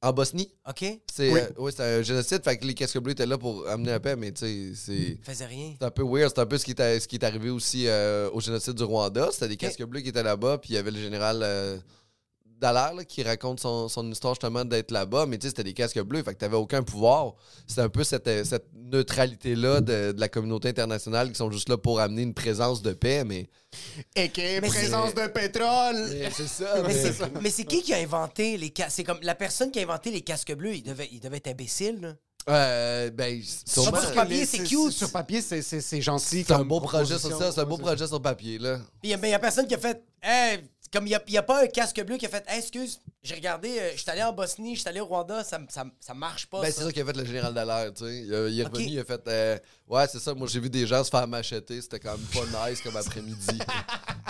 S7: en Bosnie.
S5: OK?
S7: C'est
S6: Oui.
S7: euh, oui, c'est un génocide, fait que les casques bleus étaient là pour amener la paix, mais tu sais, c'est.
S5: Faisait rien.
S7: C'est un peu weird, c'est un peu ce qui, est, ce qui est arrivé aussi euh, au génocide du Rwanda. C'était des casques bleus qui étaient là-bas, puis il y avait le général euh, Dallaire là, qui raconte son, son histoire justement d'être là-bas, mais tu sais, c'était des casques bleus, fait que t'avais aucun pouvoir. C'était un peu cette, euh, cette neutralité-là de, de la communauté internationale qui sont juste là pour amener une présence de paix, mais.
S6: Et qui
S5: Mais
S6: présence de pétrole.
S7: Eh, c'est ça,
S5: Mais c'est, mais c'est qui qui a inventé les casques? C'est comme la personne qui a inventé les casques bleus, il devait, il devait être imbécile, là.
S7: Euh, ben,
S5: Sur
S7: sûrement.
S5: le papier,
S6: Mais
S5: c'est cute.
S6: Sur papier, c'est- c'est c'est gentil.
S7: C'est un
S6: comme
S7: beau projet sur
S6: proposition.
S7: ça, c'est un beau projet sur papier, là.
S5: Puis il y a- mais il y a personne qui a fait. Hey, comme il n'y a, il y a pas un casque bleu qui a fait. Hey, excuse, j'ai regardé, euh, je suis allé en Bosnie, je suis allé au Rwanda, ça, m- ça, m- ça marche pas.
S7: Ben,
S5: ça.
S7: c'est ça qu'il a fait le général Dallaire, tu sais. Il, a- il est
S5: Ok.
S7: revenu, il a fait euh, Ouais, c'est ça, moi j'ai vu des gens se faire macheter, c'était quand même pas nice comme après-midi.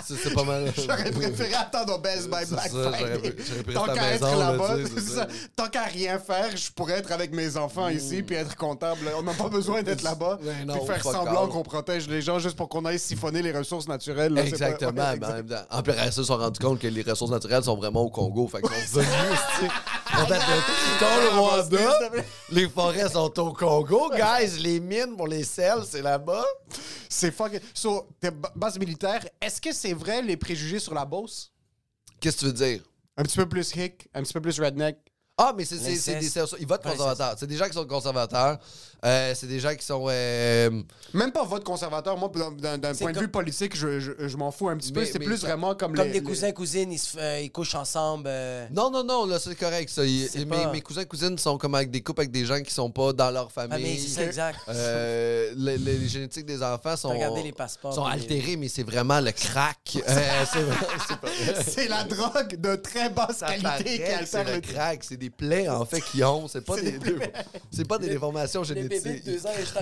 S7: c'est c'est pas mal.
S6: J'aurais préféré attendre au Best Buy
S7: C'est
S6: Black
S7: ça,
S6: Friday.
S7: j'aurais- j'aurais préféré
S6: Tant
S7: ta
S6: qu'à être
S7: maison, là,
S6: là-bas,
S7: tu sais, c'est
S6: c'est
S7: ça.
S6: ça. tant qu'à rien faire, je pourrais être avec mes enfants ici puis être comptable. On n'a pas besoin d'être là-bas
S7: Mm. Ouais, non,
S6: puis faire
S7: fuck
S6: semblant
S7: all.
S6: qu'on protège les gens juste pour qu'on aille siphonner les ressources naturelles. là, c'est pas-
S7: Exactement,
S6: Ouais,
S7: mais en même temps. En plus, ils se sont rendus compte que les ressources naturelles sont vraiment au Congo, fait qu'ils sont venus, tu sais. En fait, le- dans le Rwanda, les forêts sont au Congo, guys, les mines pour les sels, c'est là-bas.
S6: C'est fucking. So, t'es ba- base militaire. Est-ce que c'est vrai les préjugés sur la Beauce?
S7: Qu'est-ce que tu veux dire?
S6: Un petit peu plus hick, un petit peu plus redneck.
S7: Ah, mais c'est c'est- c'est
S5: L'inceste.
S7: des c'est- Ils votent
S5: Ouais,
S7: conservateurs. C'est des gens qui sont conservateurs. Euh, c'est des gens qui sont. euh,
S6: Même pas vote conservateur. Moi, d'un- d'un d'un
S5: C'est
S6: point
S5: comme-
S6: de vue politique, je, je- je m'en fous un petit peu.
S7: Mais-
S6: C'est
S7: mais-
S6: plus vraiment comme,
S5: Comme
S6: les-
S5: des
S6: les-
S5: cousins, cousines, ils, se f- euh, ils couchent ensemble. euh,
S7: Non, non, non, là, c'est correct. Ça. Ils-
S5: C'est
S7: mes,
S5: pas-
S7: mes cousins cousines sont comme avec des couples avec des gens qui sont pas dans leur famille.
S5: Ah, mais c'est ça, exact.
S7: Euh, les, les- les génétiques des enfants sont,
S5: regardé les passeports,
S7: sont
S5: puis les-
S7: altérés, mais c'est vraiment le crack. Euh, c'est vraiment- c'est pas vrai.
S6: C'est la drogue de très basse
S7: Ça
S6: qualité qui
S7: paraît que c'est
S6: altère
S7: le
S6: le
S7: crack, c'est des plaies en fait qu'ils ont, c'est pas des, c'est pas des déformations
S5: Les
S7: génétiques. Ah,
S5: bébés de deux ans, ils sont en train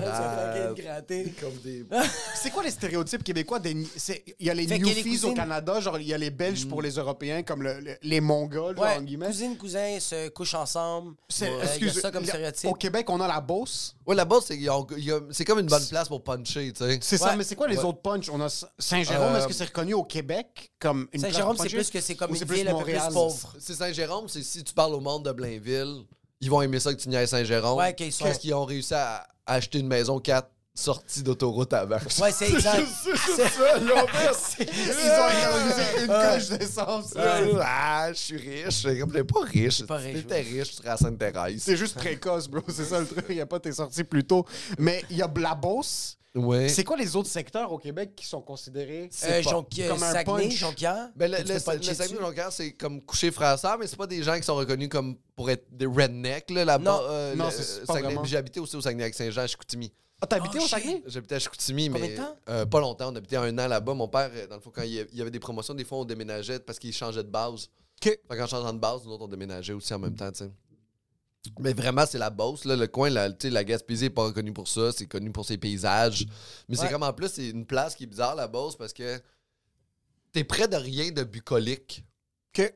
S5: de se faire gratter.
S7: comme des
S6: C'est quoi les stéréotypes québécois? des ni- c'est- Il y a les
S5: Fait que les
S6: newfies au
S5: cousines- Mm.
S6: Canada, genre il y a les Belges pour les Européens, comme le- le- les Mongols, genre,
S5: Ouais,
S6: entre guillemets.
S5: cousines, cousins se couchent ensemble. Euh,
S6: C'est-
S5: il y a
S6: excuse-
S5: ça comme
S6: le-
S5: stéréotype.
S6: Au Québec, on a la Beauce.
S7: Ouais, là-bas, c'est ils ont- ils ont- c'est comme une bonne place pour puncher, tu sais.
S6: C'est
S5: Ouais.
S6: ça, mais c'est quoi les autres punchs? On a S- Saint-Jérôme,
S7: Euh,
S6: est-ce que c'est reconnu au Québec comme une place
S5: Saint-Jérôme,
S6: pour
S5: c'est
S6: puncher?
S5: plus que c'est comme
S6: Ou
S5: une
S6: plus
S5: ville un peu plus
S6: Montréal?
S5: pauvre.
S7: C'est Saint-Jérôme, c'est si tu parles au monde de Blainville, ils vont aimer ça que tu niaises Saint-Jérôme.
S5: Ouais, qu'ils sont-
S7: Qu'est-ce qu'ils ont réussi à acheter une maison 4 sorties d'autoroute avant?
S5: Ouais, c'est exact.
S6: Ils ont
S5: Euh,
S6: économisé une coche d'essence.
S7: Ah, je suis riche. Comme t'es pas riche.
S5: pas riche,
S7: Si t'étais riche, tu serais à Sainte-Thérèse.
S6: C'est juste précoce, bro. C'est ça le truc. Il n'y a pas t'es sorti plus tôt. Mais il y a la Beauce.
S7: Ouais.
S6: C'est quoi les autres secteurs au Québec qui sont considérés
S5: Euh,
S7: pas-
S5: Jonquière,
S6: comme un
S5: Saguenay,
S6: punch.
S5: Jonquière.
S7: Ben, le,
S5: Tu peux
S7: le,
S5: pas
S7: le
S5: puncher
S7: Saguenay
S5: dessus.
S7: Jonquière, c'est comme coucher frère sœur, mais c'est pas des gens qui sont reconnus comme pour être des rednecks là, là-bas.
S5: Non.
S7: euh,
S6: Non,
S7: le-
S6: c'est- c'est pas
S7: Saguenay.
S6: vraiment.
S7: Puis J'habitais aussi au Saguenay avec Saint-Jean, à Chicoutimi.
S6: Ah, t'habitais
S5: Oh,
S6: au
S5: shit.
S6: Saguenay?
S7: J'habitais à Chicoutimi,
S5: Combien
S7: mais
S5: de temps?
S7: euh, pas longtemps. On habitait un an là-bas. Mon père, euh, dans le fond, quand il y- il y avait des promotions, des fois on déménageait parce qu'il changeait de base.
S6: OK.
S7: Fait qu'en changeant de base, nous autres, on déménageait aussi en même temps, tu sais. Mais vraiment, c'est la Beauce, là, le coin, la, tu sais, la Gaspésie n'est pas reconnue pour ça, c'est connu pour ses paysages. Mais c'est
S5: Ouais.
S7: comme en plus, c'est une place qui est bizarre, la Beauce, parce que t'es près de rien de bucolique.
S6: OK.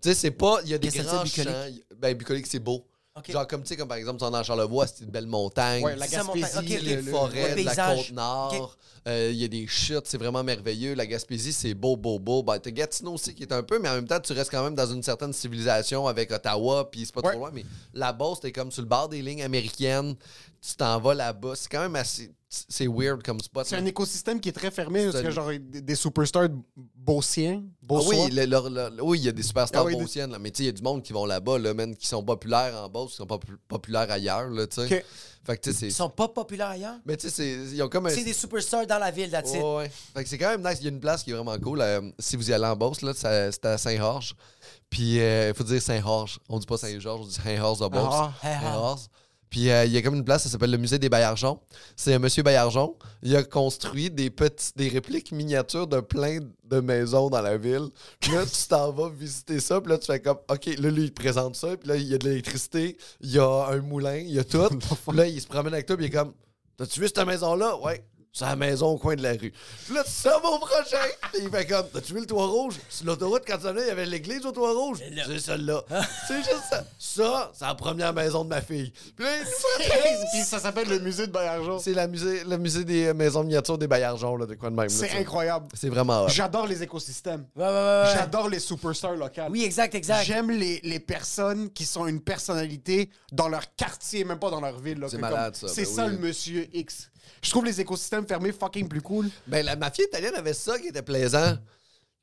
S7: Tu sais, c'est pas. Il y a des
S5: Qu'est-ce que
S7: grands
S5: c'est, bucolique?
S7: champs. y- Ben, bucolique, c'est beau.
S5: Ok.
S7: Genre, comme, tu sais, comme par exemple, tu en as en Charlevoix, c'est une belle montagne.
S6: Ouais, la
S5: C'est ça, mon
S6: Gaspésie,
S5: père. Ok, ok.
S6: le-
S7: Les
S6: le-
S7: forêts,
S5: le
S7: de la
S5: paysage.
S7: côte nord, euh, il y a des chutes, c'est vraiment merveilleux. La Gaspésie, c'est beau, beau, beau. Ben, t'as Gatineau aussi qui est un peu, mais en même temps, tu restes quand même dans une certaine civilisation avec Ottawa, puis c'est pas
S6: Ouais.
S7: trop loin. Mais la Beauce, t'es comme sur le bord des lignes américaines, tu t'en vas là-bas. C'est quand même assez. C'est weird comme spot.
S6: C'est
S7: là.
S6: un écosystème qui est très fermé, parce
S7: C'est
S6: que
S7: un-
S6: genre des des superstars beauciens,
S7: Ah
S6: beausois.
S7: oui, le- leur- leur- oui, il y a des superstars
S6: Ah oui, des-
S7: beauciennes, là, mais tu sais, il y a du monde qui vont là-bas, là, man, qui sont populaires en Beauce, qui sont pas popu- populaires ailleurs, là, tu sais.
S6: Ok.
S7: Fait que tu sais,
S5: Ils
S7: c'est.
S5: sont pas populaires ailleurs.
S7: Mais tu sais, c'est- ils ont comme un.
S5: C'est des superstars dans la ville, that's it.
S6: Oh.
S7: Ouais, ouais. Fait que c'est quand même nice. Il y a une place qui est vraiment cool. euh, si vous y allez en Beauce, là, ça- c'est à Saint-Georges. Puis euh, il faut dire Saint-Georges. On dit pas Saint-Georges, on dit Saint-Georges de Beauce.
S6: Ah,
S5: ah.
S7: Saint-Georges. Puis euh, il y a comme une place, ça s'appelle le musée des Baillargeons. C'est un monsieur Baillargeon. Il a construit des petits, des répliques miniatures de plein de maisons dans la ville. Puis là, tu t'en vas visiter ça. Puis là, tu fais comme, OK, là, lui, il te présente ça. Puis là, il y a de l'électricité, il y a un moulin, il y a tout. Puis là, il se promène avec toi. Puis il est comme, T'as-tu vu cette maison-là? Ouais. C'est la maison au coin de la rue. Puis là, tu sors au prochain. Puis il fait comme, t'as-tu vu le toit rouge? Sur l'autoroute, quand tu venais, il y avait l'église au toit rouge. C'est celle-là.
S6: Ah.
S7: c'est juste ça. Ça, c'est la première maison de ma fille. Puis là, il nous montre-
S6: Puis ça s'appelle le musée de Bayargeon.
S7: c'est la musée, le musée des euh, maisons miniatures des Baillargeons, là, de quoi de même. là,
S6: C'est
S7: ça.
S6: incroyable.
S7: C'est vraiment hot.
S6: J'adore les écosystèmes.
S5: Ouais, ouais, ouais, ouais.
S6: J'adore les superstars locales.
S5: Oui, exact, exact.
S6: J'aime les, les personnes qui sont une personnalité dans leur quartier, même pas dans leur ville. là,
S7: C'est
S6: que
S7: malade,
S6: comme-
S7: ça,
S6: C'est
S7: ben
S6: ça
S7: oui.
S6: le monsieur X. Je trouve les écosystèmes fermés fucking plus cool.
S7: Ben, la mafia italienne avait ça qui était plaisant.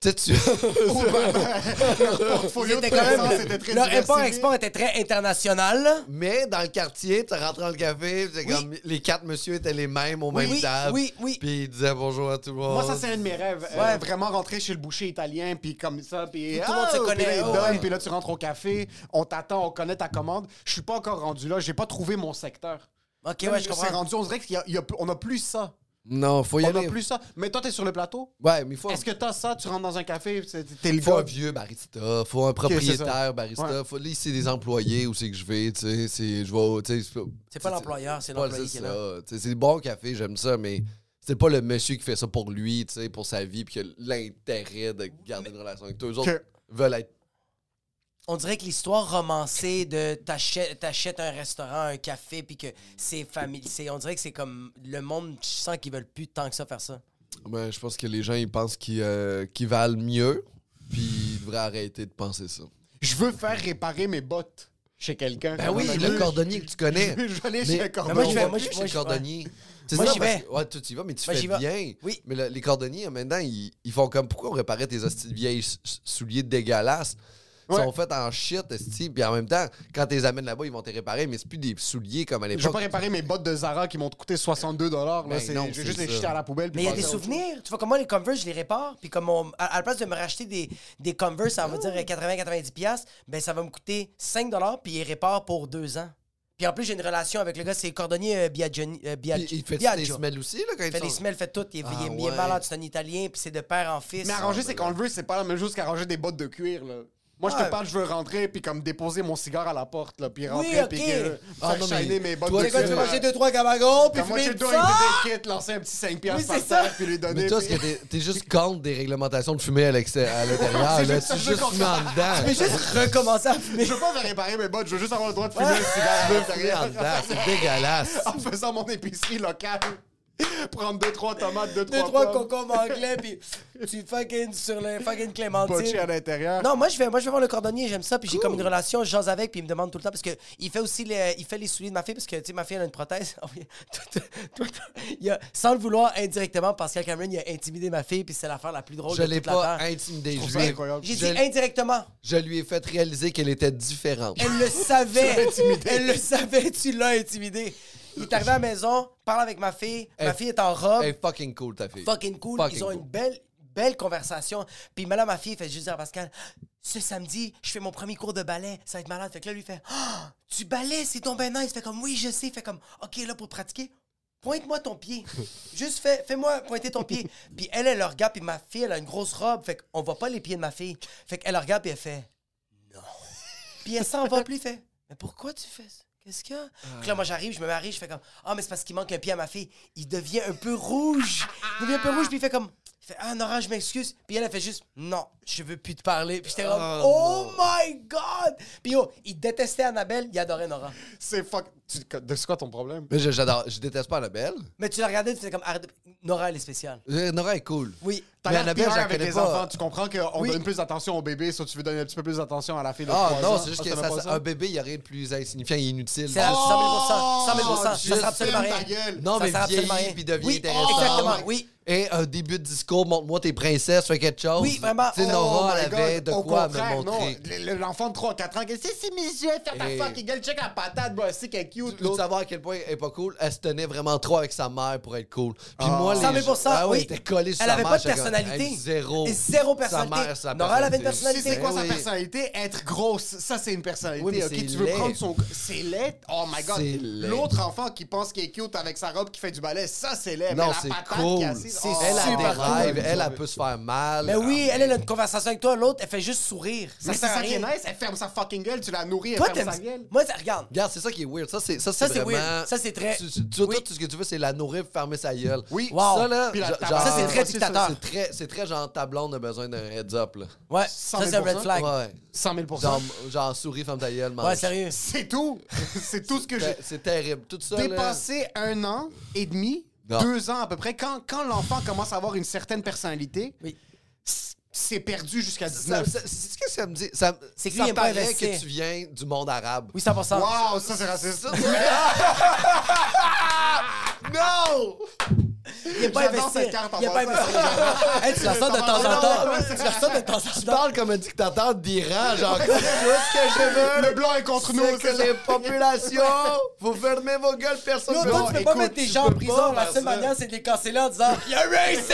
S7: Tu sais, tu.
S6: leur portfolio de
S5: C'était quand
S6: présence
S5: même-
S6: était très
S5: Leur
S6: diversifié.
S5: import-export était très international. là.
S7: Mais dans le quartier, tu rentres dans le café, c'est
S5: Oui.
S7: comme les quatre messieurs étaient les mêmes au
S5: Oui,
S7: même
S5: oui,
S7: table.
S5: oui, oui.
S7: Puis ils disaient bonjour à tout le monde.
S6: Moi, ça, c'est un de mes rêves. Euh,
S5: Oh. Ouais.
S6: vraiment rentrer chez le boucher italien, puis comme ça, puis... Oh,
S5: tout le monde se
S6: puis
S5: connaît,
S6: là, il
S5: ouais,
S6: donne,
S5: ouais.
S6: puis là, tu rentres au café, on t'attend, on connaît ta commande. Je suis pas encore rendu là, j'ai pas trouvé mon secteur.
S5: Ok,
S6: Là,
S5: ouais, je
S6: C'est
S5: comprends.
S6: rendu, on dirait qu'on a plus ça.
S7: Non, faut y
S6: On
S7: aller.
S6: a plus ça. Mais toi, t'es sur le plateau.
S7: Ouais, mais faut,
S6: Est-ce que t'as ça, tu rentres dans un café, c'est- t'es le
S7: faut
S6: gars...
S7: un vieux barista, faut un propriétaire barista,
S6: Ouais.
S7: faut là, c'est des employés où c'est que je vais, tu sais, c'est je vais, tu sais, c'est pas-
S5: C'est pas l'employeur, c'est
S7: pas-
S5: l'employé qui
S7: c'est
S5: est là.
S7: ça. Tu sais, C'est des bons cafés, j'aime ça, mais c'est pas le monsieur qui fait ça pour lui, tu sais, pour sa vie, puis qui a l'intérêt de garder une relation avec toi. Eux autres
S6: Que-
S7: veulent être
S5: On dirait que l'histoire romancée de t'achètes t'achètes un restaurant, un café, puis que c'est familier. c'est- On dirait que c'est comme le monde, je sens qu'ils veulent plus tant que ça faire ça.
S7: Ben, je pense que les gens, ils pensent qu'ils euh, qu'ils valent mieux, puis ils devraient arrêter de penser ça.
S6: Je veux faire réparer mes bottes chez quelqu'un.
S7: Ben oui,
S6: Je
S7: le
S6: veux-
S7: cordonnier que tu
S6: Je
S7: connais.
S6: veux je veux aller chez le
S7: Mais- ben mais
S5: moi,
S6: cordonnier.
S5: je
S7: on
S5: vais-
S7: va
S5: moi,
S7: plus
S5: je-
S7: chez
S5: moi,
S7: le
S5: je-
S7: cordonnier. C'est
S5: Moi,
S7: ça,
S5: j'y
S7: parce
S5: vais.
S7: que- Ouais, toi, tu y vas, mais tu
S5: Moi,
S7: fais
S5: j'y vais.
S7: bien.
S5: Oui.
S7: Mais le- les cordonniers, maintenant, ils, ils font comme pourquoi on réparait tes hosties de vieilles s- souliers dégueulasses? Ils
S6: Ouais.
S7: sont faits en shit, esti, puis en même temps, quand tu les amènes là-bas, ils vont te réparer, mais c'est plus des souliers comme à
S6: Je vais
S7: l'époque.
S6: pas réparer mes bottes de Zara qui m'ont coûté 62 dollars.
S7: Ben
S6: c'est
S7: non,
S6: je
S7: c'est
S6: vais juste les
S7: ça.
S6: jeter à la poubelle.
S5: Mais
S6: puis
S5: il y a
S6: passer
S5: des
S6: à autre chose.
S5: souvenirs. Tu vois, comme moi, les Converse, je les répare. Puis comme on- à, à la place de me racheter des, des Converse, on va dire 80-90$, piastres, ben ça va me coûter 5$, puis ils réparent pour deux ans. Puis en plus, j'ai une relation avec le gars, c'est le cordonnier euh, Biagioni- euh,
S7: Puis
S5: Biagi-
S7: ils font des
S5: Biagio.
S7: semelles aussi, là, quand
S5: Il fait
S7: ils
S5: des
S7: sont...
S5: semelles, fait tout. Il, est- il est,
S7: Ah
S5: il est
S7: ouais.
S5: malade, c'est un Italien, puis c'est de père en fils.
S6: Mais arranger, c'est qu'on le veut, c'est pas la même chose qu'arranger des bottes de cuir. là. Moi, je
S5: Ouais.
S6: te parle, je veux rentrer, puis comme déposer mon cigare à la porte, là, puis rentrer,
S5: ok.
S6: puis que-
S7: Ah,
S6: faire
S7: non, mais
S6: shiner mes bottes
S7: toi,
S6: de
S7: c'est quoi,
S6: cuir.
S7: tu veux manger
S6: là.
S5: trois cabagons,
S6: Comme moi, je dois inviter Kit, lancer un petit 5 piastres
S5: Oui,
S6: par
S5: c'est ça.
S6: terre, puis lui donner.
S7: Mais toi,
S6: puis-
S7: ce que t'es- t'es juste contre des réglementations de fumée à l'extérieur, à l'intérieur,
S6: C'est
S7: là,
S6: juste
S7: tu
S6: ça,
S7: es
S6: je veux
S7: juste
S6: qu'on
S7: fumé en
S6: fasse-
S7: dedans.
S5: Mais juste recommencer à fumer.
S6: Je veux pas faire réparer mes bottes, je veux juste avoir le droit de fumer un cigare à
S7: Fumé en
S6: l'intérieur.
S7: dedans, Ah, c'est dégueulasse.
S6: En faisant mon épicerie locale. Prendre 2-3 tomates, 2-3
S5: Deux, trois concombres anglais, puis tu fucking sur le fucking
S6: Botché à
S5: clémentine.
S6: l'intérieur.
S5: Non, moi je, vais, moi, je vais voir le cordonnier, j'aime ça, puis j'ai comme une relation, je jase avec, puis il me demande tout le temps, parce que il fait aussi les, il fait les souliers de ma fille, parce que, tu sais, ma fille, elle a une prothèse. Oh, oui. Tout- tout- tout- il a- sans le vouloir, indirectement, Pascal Cameron, il a intimidé ma fille, puis c'est l'affaire la plus drôle
S7: Je
S5: Oh, de
S7: l'ai
S5: toute la
S7: pas
S5: terre.
S7: intimidée.
S6: trouve
S7: Je
S6: ça
S7: lui, ai,
S6: incroyable.
S5: J'ai dit
S7: je-
S5: indirectement.
S7: je lui ai fait réaliser qu'elle était différente.
S5: Elle le savait. Elle le savait, tu l'as intimidé. Il est arrivé à la maison, parle avec ma fille. Ma
S7: Hey.
S5: fille est en robe.
S7: Hey, fucking cool, ta fille.
S5: fucking cool.
S7: Fucking
S5: Ils ont
S7: cool.
S5: une belle, belle conversation. Puis madame, ma fille, fait juste dire à Pascal, ce samedi, je fais mon premier cours de ballet, ça va être malade. Fait que là, lui fait, Ah, tu balais, c'est ton ben nice. Fait comme, oui, je sais. Fait comme, OK, là, pour pratiquer, pointe-moi ton pied. juste fais, fais-moi pointer ton pied. Puis elle, elle le regarde, puis ma fille, elle a une grosse robe. Fait qu'on voit pas les pieds de ma fille. Fait qu'elle le regarde, puis elle fait, puis elle s'en va plus, fait. Mais pourquoi tu fais ça? Qu'est-ce qu'il y a? Puis là, moi, j'arrive, je me marie, je fais comme Ah, mais c'est parce qu'il manque un pied à ma fille. Il devient un peu rouge. Il devient un peu rouge, puis il fait comme il fait, Ah, Nora, je m'excuse. Puis elle, elle fait juste Non, je veux plus te parler. Puis j'étais comme Oh, my God! Puis yo, il détestait Annabelle, il adorait Nora.
S6: C'est fuck. Tu- de- C'est quoi ton problème?
S7: Mais je- j'adore. Je déteste pas Annabelle.
S5: Mais tu la regardais, tu faisais comme Arrête- Nora, elle est spéciale.
S7: Euh, Nora est cool.
S5: Oui.
S6: T'as
S7: Mais
S6: l'air
S7: Annabelle,
S6: pire
S7: je la
S6: avec
S7: connais
S6: les
S7: pas.
S6: enfants. Tu comprends qu'on
S5: Oui.
S6: donne plus d'attention au bébé, soit tu veux donner un petit peu plus d'attention à la fille de
S7: Ah
S6: trois
S7: non,
S6: ans.
S7: c'est juste
S6: Ah,
S7: que
S6: t'aimais
S7: ça-
S6: pas
S7: un bébé, il n'y a rien de plus insignifiant et inutile.
S5: C'est à 100 000 100 000 Ça
S6: Dieu,
S5: sera absolument rien.
S6: ferme ta gueule.
S7: Non,
S5: ça
S7: mais
S5: sert absolument
S7: vieillit
S5: rien.
S7: puis devient
S5: Oui,
S7: intéressant.
S5: exactement, oui.
S7: Et un début de discours, montre-moi tes princesses, fais quelque chose.
S5: Oui, vraiment.
S7: Tu sais,
S5: Oh
S7: Nora,
S6: my
S7: elle avait
S6: God,
S7: de
S6: au
S7: quoi
S6: contraire,
S7: me montrer.
S6: non. Le- le- L'enfant de 3-4 ans, qui dit, c'est c'est mes yeux, ferme ta
S7: Hey.
S6: fucking gueule, check la patate, bro, c'est qu'elle est cute.
S7: Tu veux
S6: l'autre.
S7: savoir à quel point elle est pas cool? Elle se tenait vraiment trop avec sa mère pour être cool. Puis moi, les
S5: 100 000
S7: gens- Ah oui,
S5: oui.
S7: elle était collée sur
S5: Elle
S7: sa
S5: avait
S7: mère,
S5: pas de
S7: j'étais comme,
S5: personnalité.
S7: hey, Zéro.
S5: Et zéro
S7: Sa
S5: personnalité.
S7: mère, sa
S5: Nora, elle avait une
S6: Tu sais, c'est
S5: personnalité.
S6: quoi sa
S7: Oui.
S6: personnalité? Être grosse, ça c'est une personnalité.
S7: Oui, mais
S6: ok?
S7: c'est
S6: Tu veux
S7: laid.
S6: prendre son. C'est laid? Oh my god.
S7: C'est laid.
S6: L'autre enfant qui pense qu'il est cute avec sa robe qui fait du ballet, ça c'est laid.
S7: Non,
S6: mais la
S7: c'est
S6: patate
S7: cool.
S6: qui est assise,
S5: C'est
S6: oh,
S7: Elle a des
S5: super cool.
S7: rêves, elle, elle peut se faire mal.
S5: Mais oui,
S7: Ah,
S5: elle, elle a une conversation avec toi, l'autre, elle fait juste sourire. Ça
S6: Mais c'est
S5: sert à
S6: ça qui est
S5: rien.
S6: nice, elle ferme sa fucking gueule, tu la nourris, elle
S5: Toi,
S6: ferme sa
S5: t'aimes.
S6: gueule.
S5: Moi, ça- regarde.
S7: Regarde, c'est ça qui est weird. Ça, c'est ça,
S5: Ça,
S7: c'est
S5: c'est
S7: vraiment...
S5: weird. Ça, c'est très-
S7: Tu, tu- tu- toi,
S5: Oui.
S7: tout ce que tu veux, c'est la nourrir, fermer sa gueule.
S6: Oui.
S5: Wow.
S7: Ça, là,
S6: Puis la
S7: genre-
S6: tabarnak.
S5: Ça, c'est très
S7: ça,
S5: dictateur.
S7: C'est très, c'est très genre, ta blonde a besoin d'un heads up, là.
S5: Ouais, ça,
S6: 100
S5: c'est un red
S6: 000%.
S5: flag. Ouais,
S6: 100 000
S7: Genre, genre, souris, ferme ta gueule, mange.
S5: sérieux.
S6: C'est tout. c'est tout ce que j'ai.
S7: C'est- C'est terrible. Tout ça, là...
S6: Dépasser un an et demi,
S7: Non.
S6: deux ans à peu près, quand, quand l'enfant commence à avoir une certaine personnalité,
S5: Oui.
S6: c- c'est perdu jusqu'à
S7: Ça-
S6: 19.
S7: ça- C'est ce que ça me dit. Ça,
S5: C'est que
S7: ça
S5: lui, il est pas
S7: paraît
S5: investi.
S7: que tu viens du monde arabe.
S5: Oui, 100%.
S6: Wow, ça c'est raciste.
S7: Non!
S5: Il est pas
S6: J'adore
S5: investi.
S6: cette carte en
S5: Il est pas
S6: passant.
S5: investi. Hey, tu la sors de temps en
S7: Ah
S5: temps. Tu la sors de temps en
S7: Tu
S5: temps.
S7: parles comme un dictateur d'Iran, genre, comme ce que je veux.
S6: Le blanc est contre nous.
S7: C'est que
S6: c'est ça.
S7: les populations, vous fermez vos gueules, personne
S5: Yo,
S7: ne
S5: toi,
S7: va-
S5: tu peux pas
S7: Écoute,
S5: mettre des
S7: tu
S5: gens en
S7: peux
S5: prison.
S7: pas
S5: La
S7: faire
S5: seule
S7: ça.
S5: manière, c'est de les canceller en disant « You're racist!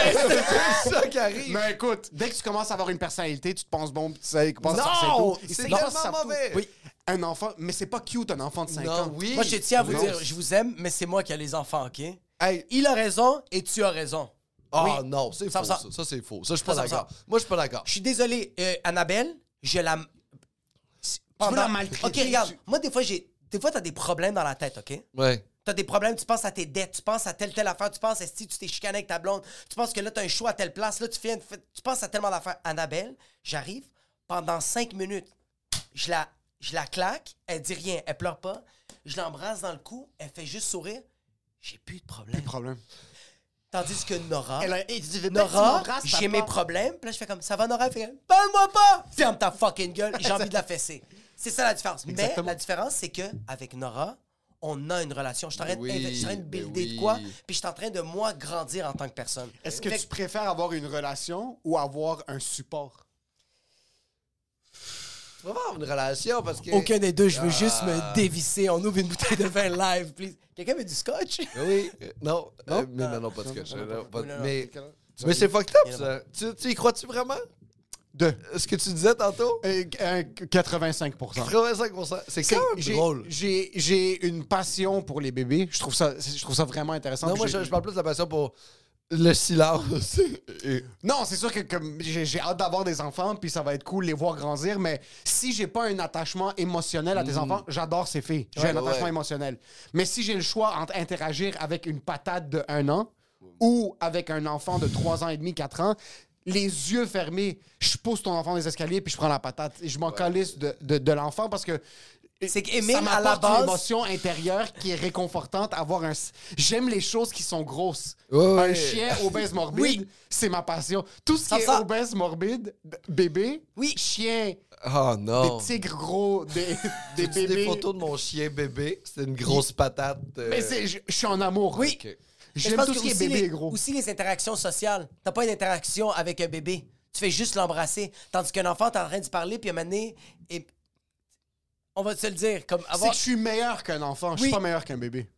S7: C'est ça qui arrive.
S6: Mais écoute, dès que tu commences à avoir une personnalité, tu te penses bon, tu sais, tu penses
S7: Non,
S6: que c'est tout.
S7: c'est
S6: Il sait
S7: tellement
S6: que ça tout.
S7: mauvais.
S6: Oui. Un enfant, mais c'est pas cute un enfant de 5
S7: Non,
S6: ans.
S7: oui. »
S5: Moi, je tiens à vous
S7: Non.
S5: dire, je vous aime, mais c'est moi qui ai les enfants, OK?
S7: Hey.
S5: Il a raison et tu as raison.
S7: Ah non, c'est
S5: Ça
S7: faux.
S5: me
S7: Ça,
S5: semble-
S7: Ça, c'est faux. Ça, je suis pas
S5: Ça me
S7: d'accord.
S5: semble-
S7: Moi, je suis pas d'accord.
S5: Je suis désolé, euh, Annabelle, je la. Pendant-
S6: la maltraiter,
S5: Ok, regarde,
S6: tu-
S5: moi, des fois, j'ai. Des fois, t'as des problèmes dans la tête, OK?
S7: Ouais.
S5: T'as des problèmes, tu penses à tes dettes, tu penses à telle, telle affaire, tu penses à si tu t'es chicané avec ta blonde, tu penses que là, t'as un choix à telle place, là, tu fais une fête, tu penses à tellement d'affaires. Annabelle, j'arrive, pendant cinq minutes, je la, je la claque, elle dit rien, elle pleure pas, je l'embrasse dans le cou, elle fait juste sourire, j'ai plus de problème.
S6: Problème.
S5: Tandis que Nora.
S6: Elle a- elle dit, veux pas que tu
S5: Nora,
S6: m'embrasses,
S5: j'ai
S6: papa.
S5: mes problèmes. Puis là, je fais comme ça va, Nora. Elle fait parle-moi pas. Ferme ta fucking gueule. J'ai envie de la fesser. C'est ça la différence.
S6: Exactement.
S5: Mais la différence, c'est que avec Nora, on a une relation. Je suis en train de-
S7: Oui,
S5: je suis en train de
S7: mais
S5: builder
S7: oui.
S5: de quoi. Puis je suis en train de moi grandir en tant que personne.
S6: Est-ce que
S5: Fait
S6: tu préfères avoir une relation ou avoir un support?
S7: Tu vas avoir une relation parce que.
S5: aucun des deux, je veux
S6: Ah.
S5: juste me dévisser. On ouvre une bouteille de vin live, please. Quelqu'un veut du scotch?
S7: Oui. euh, Non. euh, mais non, non, pas de scotch. non, pas-
S5: non, non.
S7: Mais, mais c'est fucked up, ça. Tu, tu y crois-tu vraiment? Euh,
S6: Deux.
S7: Ce que tu disais tantôt?
S6: Euh, euh, 85
S7: 85%. C'est
S6: C'est-
S7: quand même
S6: j'ai-
S7: drôle.
S6: J'ai j'ai une passion pour les bébés. Je trouve ça, je trouve ça vraiment intéressant.
S7: Non, moi,
S6: J'ai-
S7: je, je parle plus de la passion pour le silence. Et-
S6: Non, c'est sûr que comme, j'ai j'ai hâte d'avoir des enfants, puis ça va être cool de les voir grandir, mais si j'ai pas un attachement émotionnel à tes enfants, j'adore ces filles. J'ai un
S7: Mm. ouais,
S6: attachement
S7: ouais.
S6: émotionnel. Mais si j'ai le choix entre interagir avec une patate de un an ou avec un enfant de 3 ans et demi, 4 ans, les yeux fermés, je pousse ton enfant des escaliers puis je prends la patate. Et Je m'en calisse de, de- de l'enfant parce que.
S5: C'est
S6: ça
S5: qu'Émile, à la
S6: m'apporte
S5: base-
S6: une émotion intérieure qui est réconfortante. Avoir un... s- J'aime les choses qui sont grosses.
S7: Ouais, ouais.
S6: Un chien obèse morbide,
S5: Oui.
S6: c'est ma passion. Tout ce
S5: Ça
S6: qui est
S5: sent-
S6: obèse, morbide, b- bébé,
S5: Oui.
S6: chien,
S7: Oh non.
S6: des tigres gros, des, des
S7: J'ai
S6: bébés.
S7: des photos de mon chien bébé. C'était une grosse patate. euh,
S6: Mais c'est- je je suis en amour.
S5: Oui.
S7: Ok.
S5: Mais je
S6: J'aime
S5: pense
S6: tout
S5: que
S6: ce qui est
S5: aussi
S6: bébé
S5: les-
S6: et gros.
S5: Aussi les interactions sociales. T'as pas une interaction avec un bébé. Tu fais juste l'embrasser. Tandis qu'un enfant, t'es en train de parler, puis à un moment donné, et... on va te le dire. Comme
S6: C'est
S5: avoir...
S6: que je suis meilleur qu'un enfant, je suis
S5: Oui.
S6: pas meilleur qu'un bébé.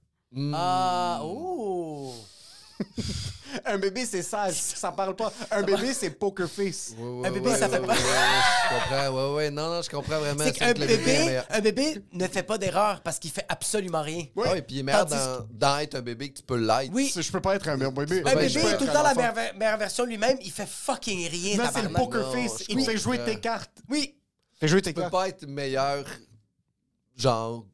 S5: Ah, oh!
S6: Un bébé, c'est sage, ça parle pas. Un bébé, c'est poker face.
S7: Ouais,
S5: Un bébé,
S7: ouais,
S5: ça
S7: ouais,
S5: fait
S7: ouais,
S5: pas-
S7: ouais, je comprends, ouais, ouais. Non, non, je comprends vraiment.
S5: C'est
S7: C'est
S5: qu'un
S7: que le bébé est
S5: bébé,
S7: meilleur.
S5: un bébé ne fait pas d'erreur parce qu'il fait absolument rien.
S7: Ah oui, puis il est meilleur
S5: Tandis
S7: dans, dans être un bébé que tu peux l'être.
S5: Oui.
S6: Je peux pas être un bébé.
S5: Un
S7: ben,
S5: bébé
S7: je
S5: est
S7: peux
S5: tout le
S6: être
S5: temps
S6: un
S5: la
S6: enfant.
S5: meilleure, meilleure version de lui-même, il fait fucking rien.
S6: Là, c'est le
S5: tabarnak.
S6: poker
S7: Non,
S6: face.
S7: je
S6: Il te fait jouer
S7: comprends.
S6: tes cartes.
S5: Oui,
S6: Fais jouer tes
S7: Tu peux
S6: cartes.
S7: pas être meilleur, genre,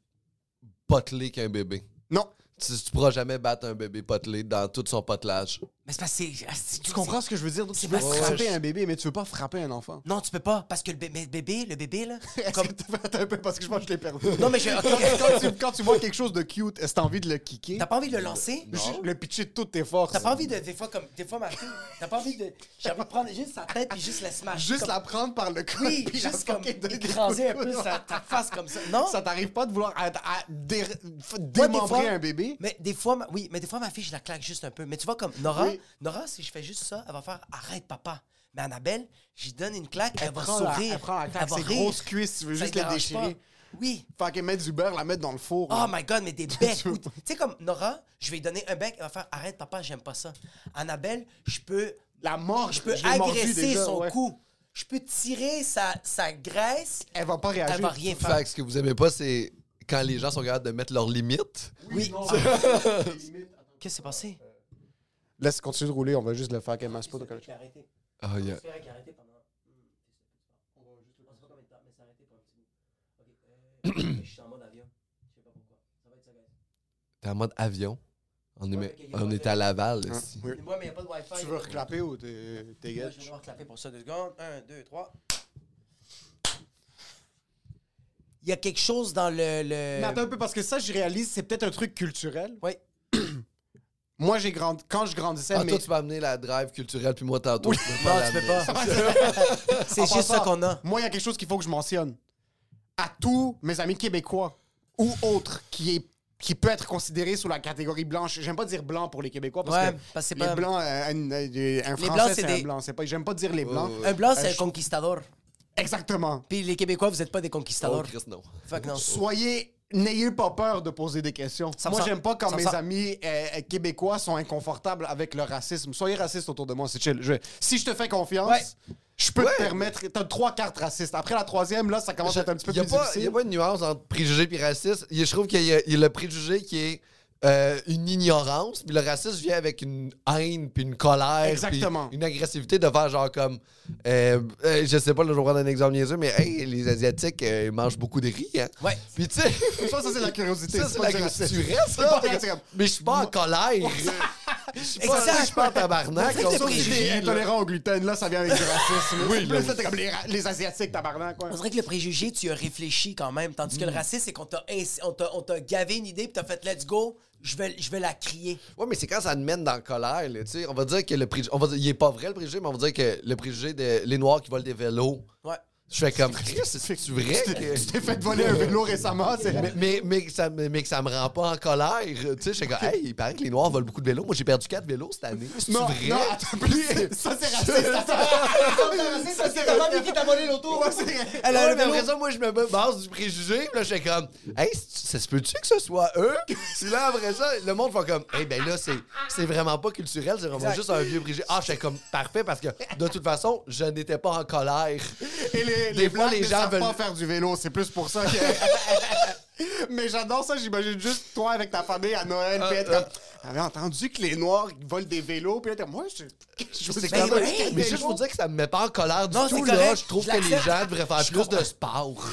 S7: potelé qu'un bébé.
S6: Non.
S7: Tu, tu pourras jamais battre un bébé potelé dans tout son potelage.
S5: mais c'est parce que c'est- ah, c'est-
S6: Tu comprends ce que je veux dire? Donc, tu
S5: C'est
S6: peux
S5: pas
S6: frapper
S5: sage.
S6: un bébé, mais tu veux pas frapper un enfant.
S5: Non, tu peux pas, parce que le bébé, bébé le bébé, là.
S6: Est-ce
S5: comme-
S6: que t'as fait un peu parce que je pense que je l'ai perdu.
S5: Non, mais je-
S6: quand,
S5: ok.
S6: tu, quand tu vois quelque chose de cute, est-ce que t'as envie de le kicker?
S5: T'as pas envie de le lancer?
S6: Juste Le pitcher de toutes tes forces.
S5: T'as pas envie de, des fois, comme, des fois, Martin, t'as pas envie de. J'ai envie de prendre juste sa tête puis juste la smash.
S6: Juste
S5: comme-
S6: la prendre par le cou.
S5: Oui,
S6: puis la
S5: juste comme
S6: fucking donner des
S5: écraser un
S6: coups de
S5: peu
S6: coude.
S5: sa, ta face comme ça. Non?
S6: Ça t'arrive pas de vouloir à- à dé- f-
S5: Moi, des
S6: démembrer
S5: fois-
S6: un bébé?
S5: Mais des fois, ma- oui, mais des fois, ma fille, je la claque juste un peu. Mais tu vois, comme Nora,
S6: Oui.
S5: Nora, si je fais juste ça, elle va faire arrête, papa. Mais Annabelle, j'y donne une claque, elle, va
S6: prend la-
S5: sourire.
S6: elle prend la claque,
S5: va
S6: ses
S5: rire.
S6: grosses cuisses, tu veux
S5: Ça
S6: juste
S5: lui
S6: les
S5: dérange
S6: déchirer.
S5: pas. Oui.
S6: Fait qu'elle met du beurre, la mettre dans le four.
S5: Oh
S6: là.
S5: my god, mais des becs. ou- tu sais, comme Nora, je vais lui donner un bec, elle va faire arrête, papa, j'aime pas ça. Annabelle, je peux.
S6: La mort,
S5: Je peux
S6: je l'ai mordu
S5: agresser
S6: déjà,
S5: son
S6: ouais.
S5: cou. Je peux tirer sa, sa graisse.
S6: Elle va pas réagir.
S5: Elle va rien faire.
S7: Fait que ce que vous aimez pas, c'est quand les gens sont capables de mettre leurs limites.
S5: Oui. Ah. Qu'est-ce qui s'est passé?
S6: Laisse continuer de rouler, on va juste le faire qu'elle masse pas. donc elle-
S5: Arrêtez.
S7: Ah, yeah.
S5: euh,
S7: T'es en mode avion. On est,
S5: Ouais, mais
S7: on est à Laval.
S5: Ah.
S6: Hein,
S7: ici.
S6: oui.
S5: Moi, mais il a pas de Wi-Fi.
S6: Tu veux reclaper ou t'es t'es
S5: Moi,
S6: gage?
S5: je vais devoir clapper pour ça deux secondes. Un, deux, trois. Il y a quelque chose dans le. le...
S6: Mais attends un peu, parce que ça, je réalise, c'est peut-être un truc culturel.
S5: Oui.
S6: Moi, j'ai grandi... Quand je grandissais,
S7: Ah,
S6: mais...
S7: toi, tu peux amener la drive culturelle, puis moi, tantôt. je peux
S5: Non, tu
S7: l'amener.
S5: peux pas. C'est
S6: En
S5: juste ça
S6: passant,
S5: qu'on a.
S6: Moi, il y a quelque chose qu'il faut que je mentionne. À tous mes amis québécois ou autres qui est qui peut être considéré sous la catégorie blanche. J'aime pas dire blanc pour les Québécois parce
S5: Ouais,
S6: que
S5: parce que c'est
S6: les
S5: pas-
S6: blancs, euh, un, euh, un français,
S5: Blancs, c'est
S6: c'est
S5: des-
S6: un blanc. C'est pas. J'aime pas dire les blancs.
S5: Un blanc, c'est
S6: Euh,
S5: un
S6: je-
S5: conquistador.
S6: Exactement.
S5: Puis les Québécois, vous êtes pas des
S7: Oh,
S5: conquistadors.
S7: Chris, non.
S5: Fait que non.
S6: Soyez, n'ayez pas peur de poser des questions.
S5: Ça me
S6: Moi,
S5: sent-
S6: j'aime pas quand
S5: ça me
S6: mes
S5: sent-
S6: amis euh, euh, québécois sont inconfortables avec le racisme. Soyez racistes autour de moi, c'est chill. Je- Si je te fais confiance,
S5: Ouais.
S6: je peux te permettre. T'as trois cartes racistes. Après la troisième, là, ça commence à être un petit peu
S7: Il y a
S6: plus
S7: pas-
S6: difficile.
S7: Il n'y a pas de nuance entre préjugé et raciste. Il- Je trouve qu'il y, a il y a le préjugé qui est euh, une ignorance, puis le racisme vient avec une haine, puis une colère, puis
S6: Exactement.
S7: une agressivité de faire genre comme... euh, euh, je sais pas, là, je vais prendre un exemple niaiseux, mais hey, les Asiatiques, euh, ils mangent beaucoup de riz, hein?
S5: Ouais.
S7: Puis tu sais...
S6: Ça, ça c'est la curiosité.
S7: Ça, c'est la
S6: du racisme.
S7: tu restes,
S6: C'est
S7: là.
S6: pas du racisme.
S7: Mais je suis pas en colère. Je suis pas,
S5: Exact.
S7: je suis pas en tabarnak.
S5: Le truc de
S7: Sauf si
S5: préjugé,
S7: j'ai-
S6: Les intolérants au gluten, là, ça vient avec du racisme. oui,
S7: là,
S6: plus, là, t'es comme les, ra- les Asiatiques, tabarnak, quoi.
S5: On dirait que le préjugé, tu as réfléchi quand même. Tandis
S7: Mm.
S5: que le racisme, c'est qu'on t'a ins- on t'a- on t'a gavé une idée, puis t'as fait let's go, je vais, je vais la crier.
S7: Ouais, mais c'est quand ça te mène dans la colère, là, tu sais. On va dire que le préjugé. On va dire, il est pas vrai le préjugé, mais on va dire que le préjugé de les Noirs qui volent des vélos.
S5: Ouais.
S7: Je fais comme. Chris, C'est-tu vrai?
S6: Tu t'es-
S7: que-
S6: tu t'es fait voler un vélo récemment, c'est...
S7: Mais, mais, mais, que ça, me- mais que ça me rend pas en colère. Tu sais, je fais comme. Hey, il paraît que les Noirs volent beaucoup de vélos. Moi, j'ai perdu 4 vélos cette année. C'est-tu
S6: Non,
S7: vrai?
S6: non, attends, plus, ça c'est raciste. attends. Ça, c'est raciste, ça c'est raciste.
S5: qui t'a volé l'auto.
S6: Ouais, c'est-
S5: Elle
S7: Ah Ouais,
S5: a
S7: mais
S5: le vélo.
S7: après ça, moi, je me base du préjugé. Puis là, je fais comme, hey, c- ça se peut-tu que ce soit eux? Puis là, après ça, le monde fait comme, hey, ben là, c'est c'est vraiment pas culturel, c'est vraiment
S5: Exact.
S7: juste un vieux préjugé. Ah, je fais comme, parfait, parce que de toute façon, je n'étais pas en colère.
S6: Et les,
S7: Des
S6: les
S7: fois,
S6: blancs,
S7: les
S6: ne
S7: gens
S6: savent
S7: veulent-
S6: pas faire du vélo, c'est plus pour ça que- Mais j'adore ça, j'imagine juste toi avec ta famille à Noël, puis être comme... T'avais entendu que les Noirs ils volent des vélos, puis là, t'es comme, moi, je... je
S5: Ben
S7: C'est
S6: sais
S7: quand
S6: pas,
S7: même-
S6: quel
S7: mais
S6: vélo.
S7: juste vous dire que ça me met pas en colère du
S5: Non, c'est
S7: tout, là.
S5: correct.
S7: Je trouve
S5: Je
S7: que les
S5: l'accepte.
S7: gens devraient faire plus de sport.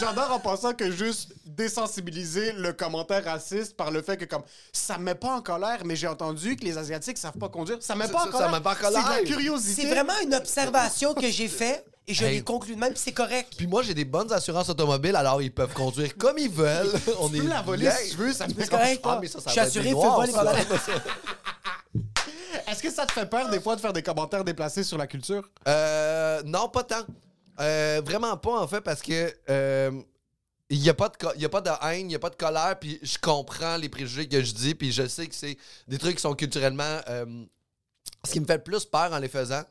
S6: J'adore en pensant que juste désensibiliser le commentaire raciste par le fait que comme ça me met pas en colère, mais j'ai entendu que les Asiatiques savent pas conduire. Ça me met
S7: Ça-
S6: pas en
S7: ça- ça
S6: colère.
S7: me met pas en colère.
S6: C'est de la curiosité.
S5: C'est vraiment une observation que j'ai faite et je
S7: Hey.
S5: l'ai conclu de même, puis c'est correct.
S7: Puis moi, j'ai des bonnes assurances automobiles, alors ils peuvent conduire comme ils veulent. On
S6: Tu peux
S7: est
S6: me la voler
S7: bien.
S6: si tu veux, ça me
S5: C'est
S6: dérange
S5: correct.
S6: pas.
S7: mais ça, ça
S5: je suis
S7: va être
S5: assuré,
S7: des
S5: feu
S7: noirs,
S5: vol, il va
S7: ça.
S5: dans la-
S6: Est-ce que ça te fait peur des fois de faire des commentaires déplacés sur la culture?
S7: Euh, non, pas tant. Euh, vraiment pas, en fait, parce que. euh, il n'y a, pas de co- il y a pas de haine, il n'y a pas de colère, puis je comprends les préjugés que je dis, puis je sais que c'est des trucs qui sont culturellement. euh, ce qui me fait le plus peur en les faisant,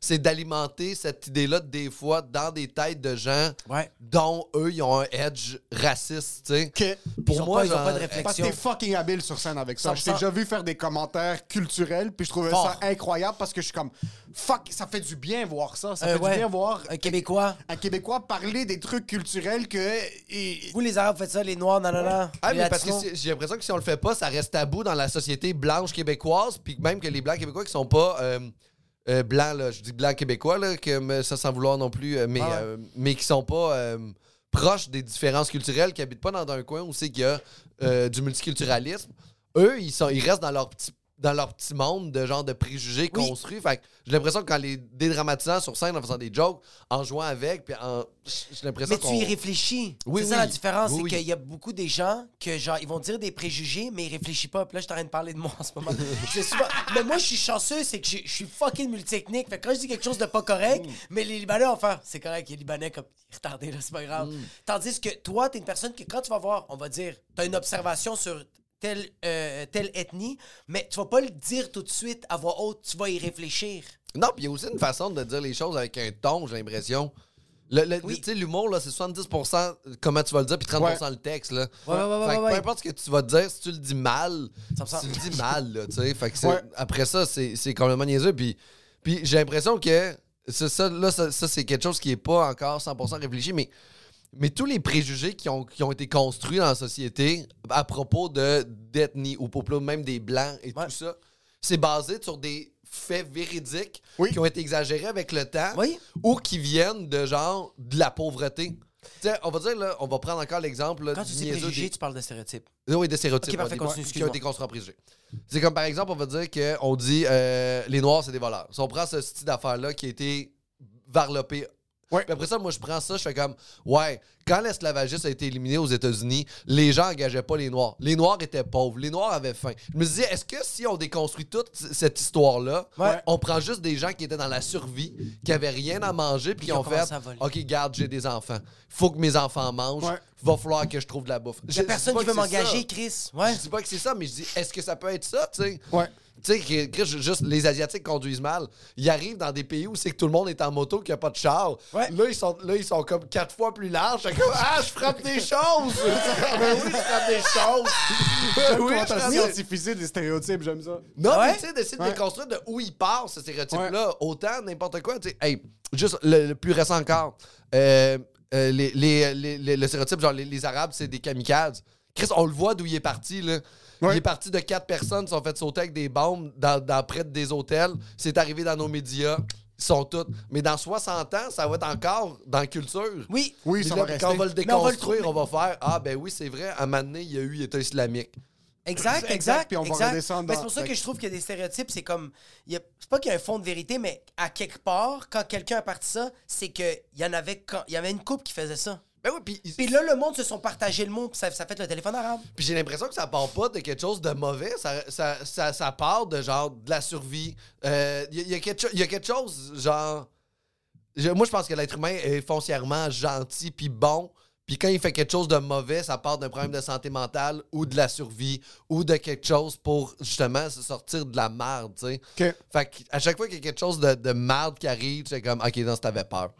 S7: c'est d'alimenter cette idée-là, des fois, dans des têtes de gens
S5: Ouais.
S7: dont eux, ils ont un edge raciste, tu sais.
S6: Que-
S5: Ils
S7: Pour
S5: ont
S7: moi,
S5: pas- ils ont
S7: genre,
S5: pas de
S6: Parce que
S5: réflexion.
S6: t'es fucking habile sur scène avec ça.
S5: Ça me
S6: Je t'ai
S5: sent-
S6: déjà vu faire des commentaires culturels, puis je trouvais
S5: Fort.
S6: ça incroyable parce que je suis comme fuck, ça fait du bien voir ça. Ça
S5: Euh,
S6: fait
S5: ouais.
S6: du bien voir
S5: Un Québécois.
S6: un Québécois parler des trucs culturels que. et-
S5: Vous, les Arabes, faites ça, les Noirs, non, non, non.
S7: Ah,
S5: Les
S7: mais parce que
S5: Latinos.
S7: si- j'ai l'impression que si on le fait pas, ça reste tabou dans la société blanche québécoise, puis même que les blancs québécois qui sont pas euh, euh, blancs, là, je dis blancs québécois, là, que, mais ça sans vouloir non plus, euh, mais,
S5: Ah
S7: euh, mais qui sont pas euh, proches des différences culturelles, qui habitent pas dans un coin où c'est qu'il y a euh, du multiculturalisme, eux, ils, sont, ils restent dans leur petit dans leur petit monde de genre de préjugés
S5: Oui.
S7: construits. Fait que j'ai l'impression que quand les dédramatisant sur scène en faisant des jokes, en jouant avec, puis en. J'ai l'impression
S5: Mais tu y
S7: qu'on-
S5: réfléchis.
S7: Oui,
S5: c'est ça la
S7: oui.
S5: différence,
S7: Oui,
S5: c'est
S7: oui.
S5: qu'il y a beaucoup des gens que genre ils vont dire des préjugés, mais ils réfléchissent pas. Puis là, je suis en train de parler de moi en ce moment. Je suis pas- Mais moi, je suis chanceux, c'est que je, je suis fucking multitechnique. Fait que quand je dis quelque chose de pas correct,
S7: Mm.
S5: mais les Libanais vont faire, c'est correct, les Libanais comme retardés, là, c'est pas grave.
S7: Mm.
S5: Tandis que toi, t'es une personne que quand tu vas voir, on va dire, t'as une observation sur telle, euh, telle ethnie, mais tu vas pas le dire tout de suite à voix haute, tu vas y réfléchir.
S7: Non, puis il y a aussi une façon de dire les choses avec un ton, j'ai l'impression. Le, le-
S5: Oui.
S7: Tu sais, l'humour, là, c'est 70% comment tu vas le dire, puis 30% le texte. Là.
S5: Ouais, ouais, ouais,
S7: Fait que
S5: ouais, ouais.
S7: Peu importe ce que tu vas dire, si tu le dis mal,
S5: Ça me
S7: tu
S5: semble-
S7: le dis mal, là, tu sais. Fait que c'est-
S6: Ouais.
S7: après ça, c'est c'est complètement niaiseux. Puis, puis j'ai l'impression que ça, ça, là, ça, ça, c'est quelque chose qui n'est pas encore 100% réfléchi, mais mais tous les préjugés qui ont, qui ont été construits dans la société à propos de d'ethnie ou pour plus même des blancs et
S5: Ouais.
S7: tout ça, c'est basé sur des faits véridiques
S6: Oui.
S7: qui ont été exagérés avec le temps
S5: Oui.
S7: ou qui viennent de genre de la pauvreté. Tu sais, on va dire là, on va prendre encore l'exemple là,
S5: Quand tu
S7: du
S5: dis
S7: niaiseux
S5: préjugés,
S7: des-
S5: tu parles de stéréotypes.
S7: oui, des stéréotypes
S5: Ok, parfait,
S7: ouais, des-
S5: continue,
S7: qui ont
S5: excuse-moi.
S7: été construits en préjugés. C'est comme par exemple, on va dire qu'on dit euh, les Noirs, c'est des voleurs. Si on prend ce style d'affaires-là qui a été varlopé.
S6: Ouais.
S7: Puis après ça, moi, je prends ça, je fais comme, ouais, quand l'esclavagisme a été éliminé aux États-Unis, les gens n'engageaient pas les Noirs. Les Noirs étaient pauvres, les Noirs avaient faim. Je me disais, est-ce que si on déconstruit toute c- cette histoire-là,
S5: Ouais.
S7: on prend juste des gens qui étaient dans la survie, qui avaient rien à manger, puis qui
S5: Ils ont
S7: ont fait,
S5: commencé à voler.
S7: OK, garde, j'ai des enfants. Faut que mes enfants mangent.
S6: Ouais.
S7: Va falloir que je trouve de la bouffe. Je-
S5: La
S7: je
S5: personne
S7: dis
S5: qui
S7: pas
S5: veut
S7: que c'est
S5: m'engager,
S7: ça.
S5: Chris. Ouais.
S7: Je dis pas que c'est ça, mais je dis, est-ce que ça peut être ça, tu sais?
S6: Ouais.
S7: Tu sais, que- que ju- juste les Asiatiques conduisent mal. Ils arrivent dans des pays où c'est que tout le monde est en moto, qu'il n'y a pas de char.
S5: Ouais.
S7: Là, ils sont, là, ils sont comme quatre fois plus larges. Fait comme, ah, je frappe des choses! Ben oui, je frappe des choses! Ben oui,
S6: Comment
S7: je
S6: t'as
S7: frappe des-
S6: scientifié des stéréotypes, j'aime ça.
S7: non, mais
S5: Ouais.
S7: tu sais, d'essayer de
S6: Ouais.
S7: déconstruire de où il part, ce stéréotype-là, autant n'importe quoi. Tu sais, hey, juste le, le plus récent encore, euh, euh, les, les- les- les- le stéréotype, genre les, les Arabes, c'est des kamikazes. Chris, on le voit d'où il est parti, là.
S6: Ouais.
S7: Il est parti de quatre personnes qui sont faites sauter avec des bombes dans, dans- près de des hôtels. C'est arrivé dans nos médias. Ils sont toutes. Mais dans 60 ans, ça va être encore dans la culture.
S5: Oui.
S6: Oui,
S7: Puis
S6: ça
S7: là,
S6: va
S7: puis
S6: rester.
S7: quand on va le
S5: Mais on va le
S7: déconstruire, on va, faire Ah, ben oui, c'est vrai, à un moment donné, il y a eu l'État islamique.
S5: Exact,
S6: Exact,
S5: exact.
S6: puis on va
S5: exact.
S6: redescendre
S5: Ben,
S6: dans-
S5: c'est pour ça
S6: fait
S5: que je trouve que des stéréotypes, c'est comme. il y a- C'est pas qu'il y a un fond de vérité, mais à quelque part, quand quelqu'un a parti ça, c'est qu'il y en avait. quand- Il y avait une couple qui faisait ça.
S7: Ben oui, puis-
S5: Puis là, le monde se sont partagé le mot, puis ça, ça fait le téléphone arabe.
S7: Puis j'ai l'impression que ça part pas de quelque chose de mauvais. Ça, ça, ça, ça part de genre de la survie. Il y, a- y a quelque cho- y a quelque chose, genre. je- moi, je pense que l'être humain est foncièrement gentil puis bon. Puis quand il fait quelque chose de mauvais, ça part d'un problème de santé mentale ou de la survie ou de quelque chose pour justement se sortir de la merde, tu sais.
S6: Ok.
S7: Fait que à chaque fois qu'il y a quelque chose de, de merde qui arrive, c'est comme, OK, non, t'avais peur.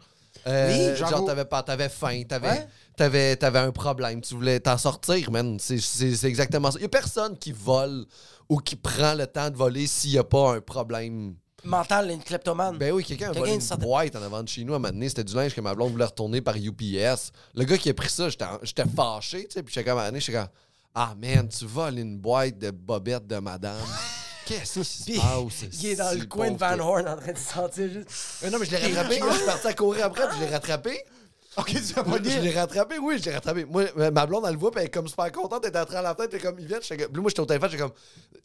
S7: Euh,
S6: Oui,
S7: genre,
S6: j'avoue.
S7: t'avais peur, t'avais faim, t'avais
S5: Ouais.
S7: t'avais, t'avais un problème, tu voulais t'en sortir, man. C'est, c'est- c'est exactement ça. Il a personne qui vole ou qui prend le temps de voler s'il n'y a pas un problème.
S5: Mental, une kleptomane.
S7: Ben oui, quelqu'un a
S5: Quelqu'un
S7: volé une
S5: une certaine-
S7: boîte en avant de chez nous à un moment donné. C'était du linge que ma blonde voulait retourner par UPS. Le gars qui a pris ça, j'étais, en- j'étais fâché, tu sais. Puis j'étais comme, à un moment donné, j'étais comme, ah man, tu voles une boîte de bobettes de madame. Qu'est-ce qui se
S5: Puis,
S7: passe?
S5: il est dans
S7: si
S5: le coin de
S7: pauvre
S5: Van
S7: gars?
S5: Horn en train de sentir juste.
S7: Mais Euh, non, mais je l'ai rattrapé. là. je suis parti à courir après, puis je l'ai rattrapé.
S6: Ok, tu vas pas
S7: Je je
S6: dire.
S7: l'ai rattrapé, oui, je l'ai rattrapé. Moi, euh, ma- ma blonde, elle le voit, puis elle est comme super contente d'être entrée à la fenêtre, puis comme, il vient, j'étais comme- puis moi, j'étais au téléphone, j'étais comme,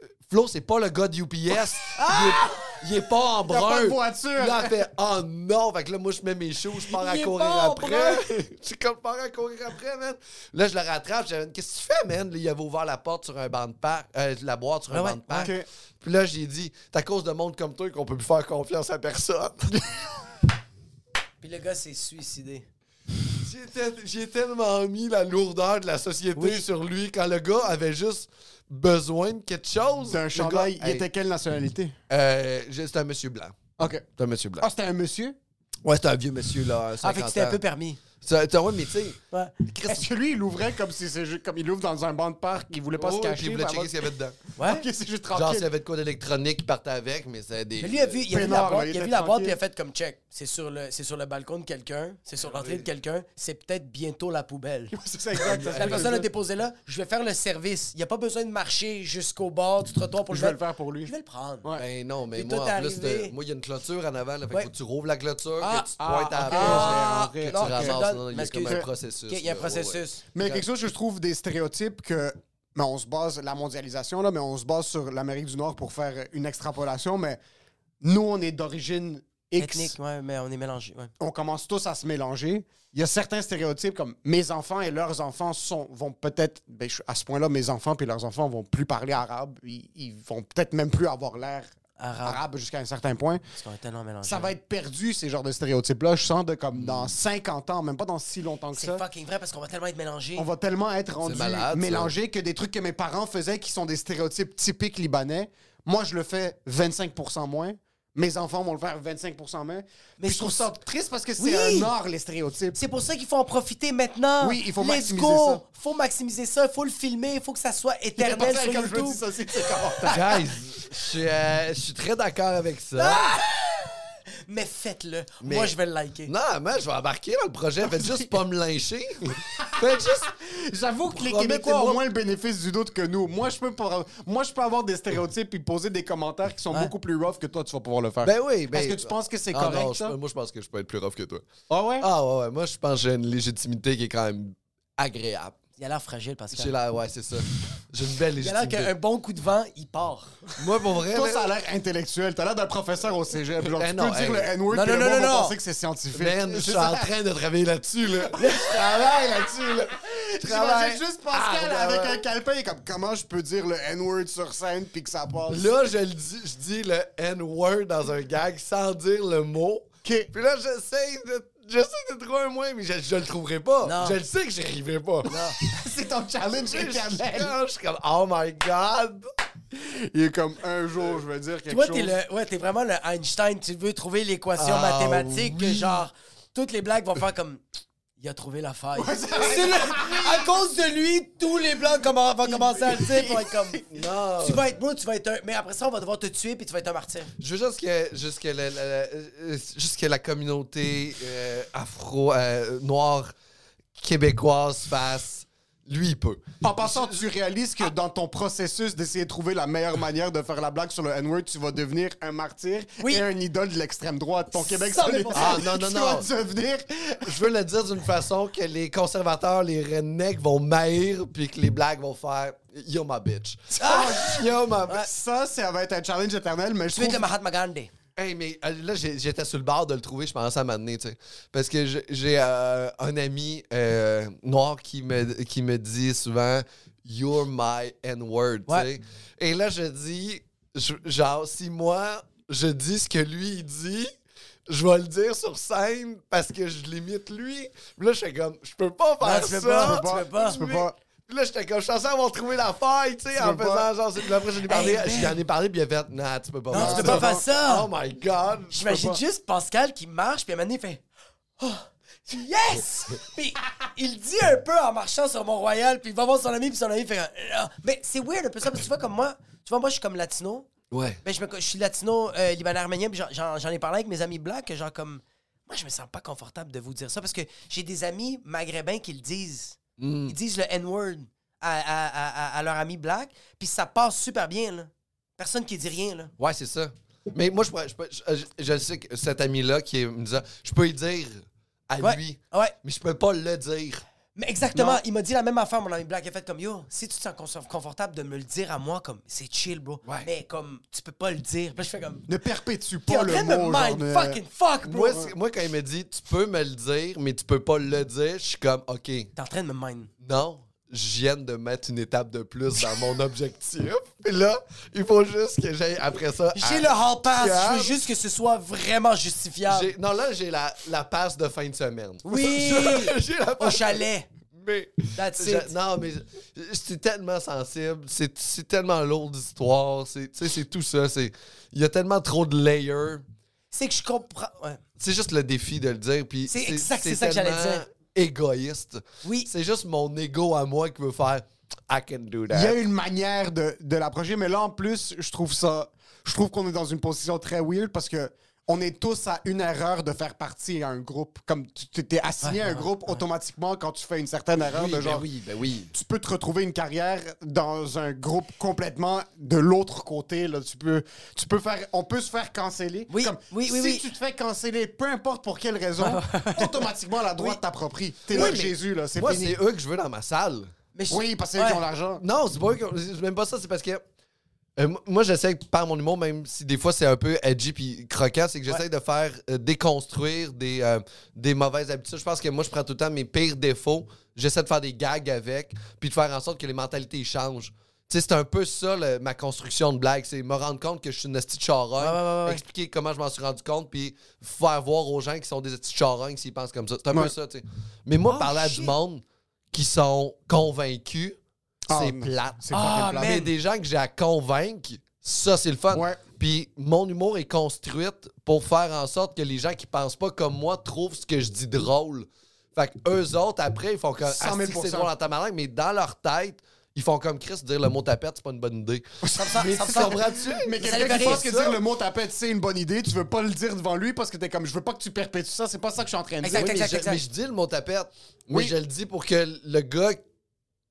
S7: euh, Flo, c'est pas le gars de UPS. Il est- Il est pas en brun.
S6: Ah! pas de voiture.
S7: Là, elle fait, oh non. Fait que là, moi, je mets mes shows, je pars à
S5: Il est
S7: courir
S5: pas en
S7: après. Je suis comme, je pars à courir après, man. Là, je le rattrape, je dis, qu'est-ce que tu fais, man? Là, il avait ouvert la porte sur un banc de parc, euh, la boîte sur un
S5: Ah ouais,
S7: banc de parc.
S6: ok.
S7: Puis là, j'ai dit, c'est à cause de monde comme toi qu'on peut plus faire confiance à personne.
S5: Puis le gars s'est suicidé.
S7: J'ai tel- J'ai tellement mis la lourdeur de la société
S5: Oui.
S7: sur lui quand le gars avait juste besoin de quelque chose.
S6: D'un
S7: Le
S6: chandail,
S7: gars-
S6: il
S7: Hey,
S6: était quelle nationalité?
S7: euh, C'était un monsieur blanc.
S8: OK.
S7: C'est un monsieur blanc.
S8: Ah, c'était un monsieur?
S7: Ouais, c'était un vieux monsieur, là, 50
S5: Ah, fait que c'était
S7: ans.
S5: un peu permis.
S7: C'est- t'as- ouais, mais tu sais,
S5: Ouais.
S7: Chris-
S8: Est-ce que lui, il ouvrait comme si c'est juste comme il ouvre dans un banc de parc, il voulait pas
S7: Oh,
S8: se
S7: puis
S8: cacher?
S7: il voulait
S8: mais
S7: checker
S8: avant-
S7: ce qu'il y avait dedans.
S5: Ouais.
S8: Ok, c'est juste
S7: Genre, s'il y
S8: tranquille.
S7: avait de quoi d'électronique, il partait avec, mais c'est des.
S5: Mais lui, il a vu, il a vu
S8: Peinard,
S5: la boîte,
S8: là,
S5: il
S8: il
S5: a vu
S8: était
S5: la boîte,
S8: tranquille.
S5: puis il a fait comme check. C'est sur le, c'est sur le balcon de quelqu'un, c'est sur l'entrée de quelqu'un, c'est peut-être bientôt la poubelle.
S8: C'est ça, exact. ça,
S5: La
S8: c'est
S5: personne a
S8: ça.
S5: déposé là, je vais faire le service. Il n'y a pas besoin de marcher jusqu'au bord du trottoir pour
S8: Je vais le
S5: mettre.
S8: faire pour lui.
S5: Je vais le prendre.
S8: Ouais.
S7: Ben non, mais
S5: Puis toi,
S7: moi,
S5: t'es
S7: en plus,
S5: arrivé-
S7: t'as- moi, il y a une clôture en avant, là,
S5: Ouais.
S7: fait que faut que tu rouvres la clôture,
S5: Ah,
S7: que tu te
S8: ah,
S7: pointes à la
S8: ok,
S7: porte,
S8: j'ai
S7: que tu
S8: compris.
S5: Non,
S7: ramasses.
S5: pardon,
S7: Non, il y a comme
S5: m'excuse.
S7: un processus.
S5: Ok, Il y a un
S7: là, ouais, ouais.
S5: processus.
S8: Mais quelque chose que je trouve des stéréotypes que. Mais on se base, la mondialisation, là, mais on se base sur l'Amérique du Nord pour faire une extrapolation, mais nous, on est d'origine X.
S5: Ethnique, ouais, mais on est mélangé. Ouais.
S8: On commence tous à se mélanger. Il y a certains stéréotypes comme mes enfants et leurs enfants sont, vont peut-être, ben, je- à ce point-là, mes enfants et leurs enfants vont plus parler arabe. Ils, ils vont peut-être même plus avoir l'air
S5: Arabe.
S8: arabe jusqu'à un certain point.
S5: Parce qu'on est tellement mélangé.
S8: Ça va être perdu, ces genres de stéréotypes-là. Je sens de comme dans 50 ans, même pas dans si longtemps que
S5: Mm. C'est
S8: ça.
S5: fucking vrai parce qu'on va tellement être mélangé.
S8: On va tellement être rendu
S7: malade, ça.
S8: mélangé que des trucs que mes parents faisaient qui sont des stéréotypes typiques libanais, moi je le fais 25% moins. Mes enfants vont le faire 25% moins. Mais je trouve ça triste parce que c'est
S5: Oui!
S8: un art, les stéréotypes.
S5: C'est pour ça qu'il faut en profiter maintenant.
S8: Oui, il faut
S5: Let's
S8: maximiser
S5: go.
S8: ça.
S5: Faut maximiser ça, faut le filmer, faut que ça soit éternel sur
S8: Comme je me
S5: YouTube.
S8: dis ça, c'est- c'est commentaire.
S7: Guys, je suis, euh, je suis très d'accord avec
S5: Ah!
S7: ça.
S5: Mais faites-le. Moi, je vais le liker.
S7: Non, moi, je vais embarquer dans le projet. Faites juste pas me lyncher. Faites juste.
S8: J'avoue que les
S7: Promettez-moi-
S8: Québécois ont moins le bénéfice du doute que nous. Moi, je peux, pour- moi, je peux avoir des stéréotypes et poser des commentaires qui sont beaucoup plus rough que toi, tu vas pouvoir le faire.
S7: Ben oui, ben.
S8: Est-ce que tu penses que c'est
S7: Ah
S8: correct,
S7: non, je-
S8: ça?
S7: moi, je pense que je peux être plus rough que toi.
S8: Ah ouais?
S7: Ah ouais, ouais. Moi, je pense que j'ai une légitimité qui est quand même agréable.
S5: Il a l'air fragile parce
S7: J'ai
S5: que.
S7: la... Ouais, c'est ça. J'ai une belle
S5: Il a l'air
S7: légitimité.
S5: qu'un bon coup de vent, il part.
S7: Moi, pour vrai.
S8: Toi,
S7: là-
S8: ça a l'air intellectuel. T'as l'air d'un professeur au cégep. Genre,
S7: Eh
S8: tu
S7: ben, non, Ben,
S8: peux dire
S7: eh.
S8: le N-word
S5: Non,
S8: puis
S5: non,
S8: le
S5: non,
S8: monde
S5: non,
S8: va
S5: non.
S8: penser que c'est scientifique.
S7: Man, je
S8: C'est
S7: suis
S8: ça.
S7: en train de travailler là-dessus, là. Je travaille là-dessus, là. Je travaille.
S8: J'imagine juste Pascal
S7: Ah,
S8: avec
S7: ouais.
S8: un calepin il est comme comment je peux dire le N-word sur scène puis que ça passe.
S7: Là, je le dis, je dis le N-word dans un gag sans dire le mot.
S8: OK.
S7: Puis là, j'essaie de, j'essaie de trouver un moyen, mais je, je le trouverai pas.
S5: Non.
S7: Je le sais que j'y arriverai pas.
S8: c'est ton challenge
S7: Je, suis
S8: éternel.
S7: je suis comme, oh my God.
S8: Il est comme un jour, je vais dire quelque
S5: Toi,
S8: chose.
S5: t'es le, ouais, t'es vraiment le Einstein. Tu veux trouver l'équation
S7: Ah,
S5: mathématique que
S7: oui.
S5: genre toutes les blagues vont faire comme. Il a trouvé la faille. C'est le- à cause de lui, tous les blancs commen- vont commencer à le dire pour être comme.
S7: Non.
S5: Tu vas être moi, tu vas être un. Mais après ça, on va devoir te tuer puis tu vas être un martyr.
S7: Je veux juste que, juste que, la, la- la- euh, juste que la communauté euh, afro, euh, noire, québécoise fasse. Lui, il peut.
S8: En passant, tu réalises que dans ton processus d'essayer de trouver la meilleure manière de faire la blague sur le N-word, tu vas devenir un martyr
S5: Oui.
S8: et un idole de l'extrême droite. Ton Québec
S5: Ça, mais
S8: solidaire,
S5: pour
S7: ça- Ah, non, non,
S8: tu
S7: non.
S8: vas devenir
S7: Je veux le dire d'une façon que les conservateurs, les rednecks vont maïr, puis que les blagues vont faire Yo ma bitch.
S8: Ah!
S7: Yo ma bitch.
S8: Ça, ça va être un challenge éternel, mais je
S5: Tu veux être
S8: trouve
S5: le Mahatma Gandhi.
S7: Hey, mais euh, là, j'ai- j'étais sur le bord de le trouver, je pensais à m'amener, tu sais. Parce que j'ai- j'ai euh, un ami euh, noir qui me, qui me dit souvent You're my N-word, tu sais.
S5: Ouais.
S7: Et là, je dis, je- genre, si moi, je dis ce que lui, il dit. Je vais le dire sur scène parce que je l'imite lui. Puis là, je suis comme, je peux pas faire
S5: tu peux pas,
S7: ça.
S5: tu peux pas.
S8: Tu peux pas.
S7: Puis là, j'étais comme, je suis censé avoir trouvé la faille, tu sais, en
S8: peux
S7: faisant
S8: pas.
S7: genre. c'est- Puis après, je lui ai parlé,
S5: Hey,
S7: j'en ai parlé, puis il a fait, non, tu peux pas
S5: Non,
S7: faire
S5: tu peux pas faire ça.
S7: Oh my god.
S5: Ah. J'imagine juste Pascal qui marche, puis à un moment donné, il fait Oh, yes! Puis il dit un peu en marchant sur Mont-Royal, puis il va voir son ami, puis son ami fait Ah. Mais c'est weird un peu ça, parce que tu vois, comme moi, tu vois, moi, je suis comme latino.
S7: Ouais.
S5: Ben, je, me- je suis latino, euh, libanais, arménien, puis j'en- j'en j'en ai parlé avec mes amis blancs, que genre, comme. Moi, je me sens pas confortable de vous dire ça, parce que j'ai des amis maghrébins qui le disent. Ils disent le N-word à, à, à- à- à leur ami black, puis ça passe super bien, là. Personne qui dit rien, là.
S7: Ouais, c'est ça. Mais moi, je, pourrais- je, peux- je, je- je sais que cet ami-là qui est- me disait, je peux y dire à
S5: Ouais.
S7: lui,
S5: Ouais.
S7: mais je peux pas le dire.
S5: Mais exactement, il m'a dit la même affaire, mon ami Black. Il a fait comme Yo, si tu te sens conso- confortable de me le dire à moi, comme c'est chill, bro. Mais comme tu peux pas le dire. Puis là, je fais comme.
S8: ne perpétue
S5: T'es
S8: pas
S5: en
S8: le
S5: train de
S8: mot. genre,
S5: mind
S8: de-
S5: fucking fuck, bro.
S7: Moi, c'est- moi, quand il me dit, tu peux me le dire, mais tu peux pas le dire, je suis comme, OK,
S5: T'es en train de me mind.
S7: non, je viens de mettre une étape de plus dans mon objectif. Puis là, il faut juste que j'aille après ça.
S5: J'ai
S7: à-
S5: le hall pass. Je
S7: Fiable.
S5: veux juste que ce soit vraiment justifiable.
S7: J'ai- Non, là, j'ai la, la passe de fin de semaine.
S5: Oui!
S7: j'ai la
S5: Au
S7: passe.
S5: chalet.
S7: Mais.
S5: That's
S7: Je-
S5: it.
S7: non, mais je- je- c'est tellement sensible, c'est c'est tellement lourd d'histoire, c'est tu sais, c'est tout ça. c'est- Il y a tellement trop de layers.
S5: C'est que je comprends. ouais.
S7: C'est juste le défi de le dire. Puis
S5: C'est exact, c'est ça que j'allais
S7: tellement
S5: dire.
S7: Égoïste.
S5: Oui.
S7: C'est juste mon ego à moi qui veut faire I can do that.
S6: Il y a une manière de, de l'approcher, mais là, en plus, je trouve ça. Je trouve qu'on est dans une position très weird parce que on est tous à une erreur de faire partie à un groupe. Comme tu tu t'es assigné à un groupe automatiquement quand tu fais une certaine erreur
S7: Oui,
S6: de
S7: ben
S6: genre.
S7: oui, ben oui.
S6: Tu peux te retrouver une carrière dans un groupe complètement de l'autre côté. Là. Tu peux, tu peux faire, on peut se faire canceller.
S5: Oui,
S6: Comme,
S5: oui, oui,
S6: si
S5: oui.
S6: tu te fais canceller, peu importe pour quelle raison, automatiquement la droite t'approprie. T'es
S7: Oui,
S6: là,
S7: mais
S6: Jésus, là, c'est
S7: Moi,
S6: fini.
S7: c'est eux que je veux dans ma salle.
S5: Mais je-
S6: Oui, parce que c'est eux qui
S5: Ouais.
S6: ont l'argent.
S7: Non, c'est pas eux qui ont- c'est même pas ça, c'est parce que. euh, moi- moi, j'essaie par mon humour, même si des fois c'est un peu edgy puis croquant, c'est que j'essaie de faire euh, déconstruire des, euh, des mauvaises habitudes. Je pense que moi, je prends tout le temps mes pires défauts, j'essaie de faire des gags avec, puis de faire en sorte que les mentalités changent. Tu sais, c'est un peu ça, le- ma construction de blague. C'est me rendre compte que je suis une hostie de charogne,
S5: Ouais, ouais, ouais, ouais.
S7: expliquer comment je m'en suis rendu compte, puis faire voir aux gens qui sont des hosties de charognes s'ils pensent comme ça. C'est un peu
S6: Ouais.
S7: ça, tu sais. Mais moi,
S5: Oh,
S7: parler à du
S5: shit.
S7: monde qui sont convaincus,
S6: Ah,
S7: c'est
S6: non.
S7: plate.
S6: C'est
S5: Ah,
S6: fucking plate.
S7: Mais des gens que j'ai à convaincre, ça, c'est le fun.
S6: Ouais.
S7: Puis mon humour est construit pour faire en sorte que les gens qui pensent pas comme moi trouvent ce que je dis drôle. Fait que eux autres, après, ils font comme.
S6: 100 000
S7: Ah, si, c'est drôle en tabarnak, mais dans leur tête, ils font comme Chris, dire le mot tapette, c'est pas une bonne idée.
S5: Ça me sent-
S7: mais
S5: ça me
S7: tu
S5: sent-
S7: comprends-tu?
S6: Mais
S5: Ça
S6: quelqu'un
S5: lui
S6: qui
S5: fait
S6: pense que
S5: rire,
S6: dire le mot tapette, c'est une bonne idée, tu veux pas le dire devant lui parce que t'es comme, je veux pas que tu perpétues ça, c'est pas ça que je suis en train de dire.
S5: Exact,
S7: Oui, mais,
S5: exact,
S7: je,
S5: exact.
S7: mais je dis le mot tapette. Mais
S6: Oui.
S7: je le dis pour que le gars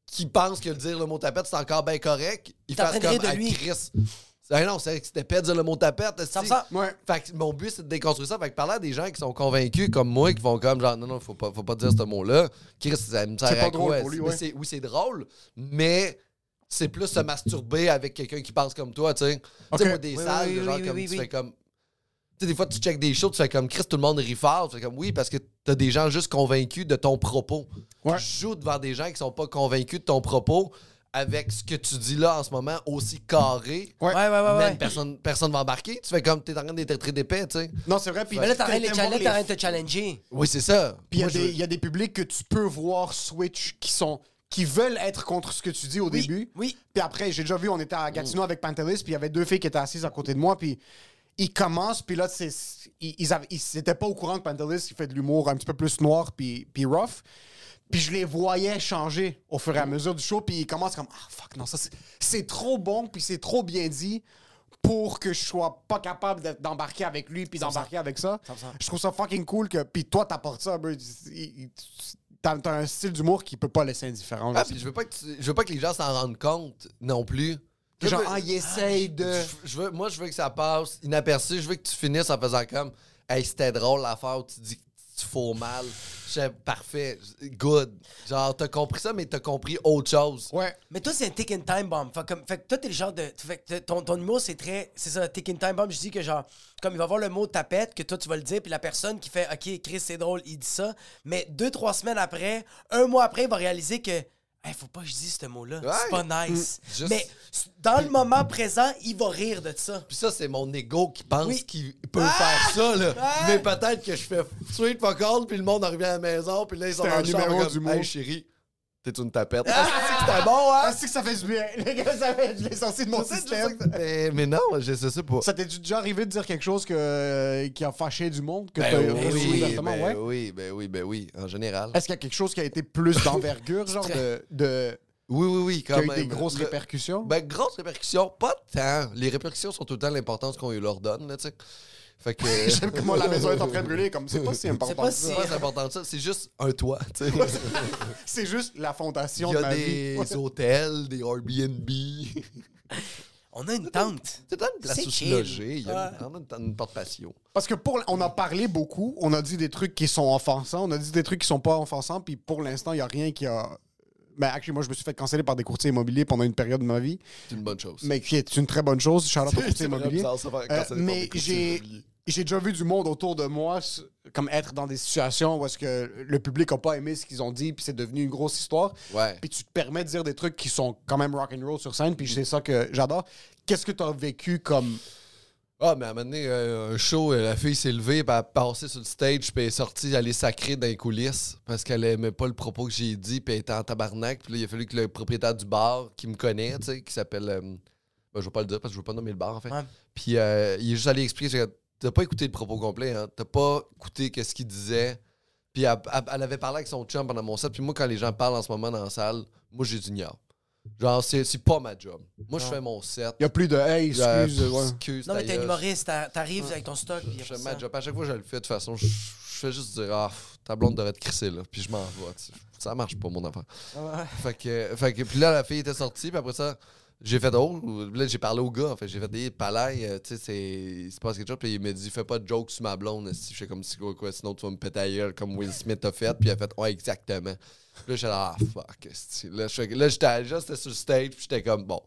S7: qui pense que dire le mot tapette, c'est encore bien correct, il
S5: T'es en
S7: fasse
S5: train de
S7: comme
S5: rire de
S7: Ah,
S5: lui.
S7: Chris. Ah non, c'est c'était pas de dire le mot tapette.
S5: Ça me
S7: esti.
S5: sent-
S6: Ouais.
S7: Fait que mon but, c'est de déconstruire ça. Fait que parler à des gens qui sont convaincus, comme moi, qui vont comme genre, non, non, faut pas, faut pas dire ce mot-là. Chris, ça me sert
S6: C'est
S7: à
S6: pas drôle
S7: quoi,
S6: pour lui,
S7: esti?
S6: ouais.
S7: Mais c'est- Oui, c'est drôle, mais c'est plus se masturber avec quelqu'un qui pense comme toi, tu sais. Tu sais, moi, des
S5: Oui,
S7: salles,
S5: oui,
S7: de
S5: oui,
S7: genre,
S5: oui,
S7: comme
S5: oui,
S7: tu
S5: oui.
S7: fais comme. Tu sais, des fois, tu checkes des shows, tu fais comme Chris, tout le monde rit fort. Tu fais comme oui, parce que t'as des gens juste convaincus de ton propos.
S6: Ouais.
S7: Tu joues devant des gens qui sont pas convaincus de ton propos avec ce que tu dis là en ce moment aussi carré.
S5: Ouais,
S6: Ouais.
S5: ouais, ouais,
S7: même
S5: ouais.
S7: personne, personne va embarquer. Tu fais comme t'es en train d'être très d'épais, tu sais.
S6: Non, c'est vrai, puis
S5: Mais là, t'as rien de
S6: t'aimes
S5: t'as
S6: voir les-
S5: rien de te challenger.
S7: Oui, c'est ça.
S6: Puis il y a
S7: Moi, je
S6: des-
S7: veux-
S6: il y, a des publics que tu peux voir switch qui sont qui veulent être contre ce que tu dis au
S5: Oui,
S6: début.
S5: oui.
S6: Puis après, j'ai déjà vu, on était à Gatineau avec Pantelis, puis il y avait deux filles qui étaient assises à côté de moi, puis ils commencent, puis là, c'est, ils, ils, avaient- ils étaient pas au courant que Pantelis, il fait de l'humour un petit peu plus noir, puis, puis rough. Puis je les voyais changer au fur et à mesure du show, puis ils commencent comme Ah fuck, non, ça c'est, c'est trop bon, puis c'est trop bien dit pour que je sois pas capable d'être- d'embarquer avec lui, puis d'embarquer avec ça. Je trouve ça fucking cool que. Puis toi, t'apportes ça, bro. Il- il- T'as t'as un style d'humour qui peut pas laisser indifférent.
S7: Ah,
S6: genre.
S7: puis je veux pas que tu- je veux pas que les gens s'en rendent compte non plus.
S6: Que genre,
S7: Je veux-
S6: ah, il essaye de.
S7: Je- je veux, moi, je veux que ça passe inaperçu. Je veux que tu finisses en faisant comme Hey, c'était drôle l'affaire où tu dis que tu faux mal. Je sais, parfait, good. Genre, t'as compris ça, mais t'as compris autre chose.
S6: Ouais.
S5: Mais toi, c'est un tick and time bomb. Fait, comme, fait que toi, t'es le genre de. Fait que ton, ton humour, c'est très. C'est ça, tick and time bomb. Je dis que genre, comme il va avoir le mot tapette, que toi, tu vas le dire, puis la personne qui fait OK, Chris, c'est drôle, il dit ça. Mais deux, trois semaines après, un mois après, il va réaliser que. Hey, faut pas que je dise ce mot-là. C'est
S7: Ouais.
S5: pas nice.
S7: Mm. Juste-
S5: Mais s- dans le moment présent, il va rire de ça.
S7: Puis ça, c'est mon ego qui pense
S5: Oui.
S7: qu'il peut faire ça, là. Mais peut-être que je fais sweet fuck all, puis le monde revient à la maison, puis là, ils sont
S6: C'était
S7: dans
S6: un
S7: le char,
S6: numéro
S7: comme,
S6: d'humour.
S7: Hey, chérie, t'es une tapette. Ah, c'est que c'était bon, hein?
S6: Ah, c'est que ça fait du bien. Les gars, ça fait du bien sorti de mon
S7: Je sais, je sais
S6: système.
S7: que- mais, mais non, je sais ça pas.
S6: Ça t'est déjà arrivé de dire quelque chose que, qui a fâché du monde? Que t'as
S7: Ben
S6: reçu
S7: oui,
S6: ouvertement,
S7: ben
S6: ouais? Ah,
S7: oui, ben oui, ben oui, en général.
S6: Est-ce qu'il y a quelque chose qui a été plus d'envergure, genre de. de
S7: Oui, oui, oui, quand
S6: qui a eu
S7: même.
S6: des grosses
S7: Le-
S6: répercussions?
S7: Ben, grosses répercussions, pas tant. Les répercussions sont tout le temps l'importance qu'on leur donne, là, tu sais. Fait que.
S6: J'aime comment la maison est en train de brûler, comme c'est pas si important.
S5: C'est pas
S6: que
S5: si-
S6: ça.
S7: C'est pas si important que ça, c'est juste un toit, tu sais.
S6: C'est juste la
S7: Il
S6: fondation
S7: y
S6: de
S7: a
S6: ma
S7: des
S6: vie.
S7: hôtels, des Airbnb.
S5: On a une tente.
S7: C'est dans une place
S5: C'est
S7: où se
S5: chill.
S7: loger, il y a une, une, une porte patio.
S6: Parce que pour on a parlé beaucoup, on a dit des trucs qui sont offensants, on a dit des trucs qui sont pas offensants, puis pour l'instant, il n'y a rien qui a. Ben, actually, moi, je me suis fait canceller par des courtiers immobiliers pendant une période de ma vie,
S7: C'est une bonne chose.
S6: mais qui est une très bonne chose. Charlotte
S7: C'est
S6: aux courtiers
S7: vraiment
S6: immobiliers.
S7: bizarre, ça, faire
S6: Euh,
S7: canceller par des
S6: mais
S7: courtiers
S6: j'ai.
S7: immobiliers.
S6: J'ai déjà vu du monde autour de moi, s- comme être dans des situations où est-ce que le public n'a pas aimé ce qu'ils ont dit, puis c'est devenu une grosse histoire.
S7: Ouais.
S6: Puis tu te permets de dire des trucs qui sont quand même rock and roll sur scène, puis c'est ça que j'adore. Qu'est-ce que tu as vécu comme
S7: Ah, mais à un moment donné, euh, un show, euh, la fille s'est levée, puis elle a passé sur le stage, puis elle est sortie, elle est sacrée dans les coulisses, parce qu'elle aimait pas le propos que j'ai dit, puis elle était en tabarnak. Puis là, il a fallu que le propriétaire du bar, qui me connaît, tu sais, qui s'appelle... euh, ben, je vais pas le dire, parce que je veux pas nommer le bar, en fait.
S5: Ouais.
S7: Puis euh, il est juste allé expliquer, c'est que, t'as pas écouté le propos complet, hein. T'as pas écouté qu'est-ce qu'il disait. Puis elle, elle- elle avait parlé avec son chum pendant mon set. Puis moi, quand les gens parlent en ce moment dans la salle, moi, j'ai du niard. Genre, c'est c'est pas ma job. Moi, je fais mon set.
S6: Il y a plus de hey,
S7: Euh,
S6: excuse. ouais.
S7: excuse
S5: Non, mais
S7: ta
S5: t'es un
S7: gueule.
S5: humoriste, t'ar- t'arrives avec ton stock. puis
S7: Je fais
S5: après
S7: ma
S5: ça.
S7: job. À chaque fois que je le fais, de toute façon, je, je fais juste dire Ah, pff, ta blonde devrait te crisser, là. Puis je m'en vais. tu sais. Ça marche pas, mon affaire.
S5: Ah
S7: Fait que, fait que, puis là, la fille était sortie, puis après ça, j'ai fait oh, puis là, j'ai parlé au gars. En fait, j'ai fait des palais, euh, tu sais, c'est- il se passe quelque chose. Puis il m'a dit Fais pas de joke sur ma blonde. esti. Je fais comme si quoi, quoi, sinon tu vas me péter la gueule, comme Will Smith a fait. Puis il a fait Ouais, exactement. Puis là, j'étais là, ah, fuck. esti. Là, je fais- là, j'étais là, c'était sur le stage, puis j'étais comme Bon,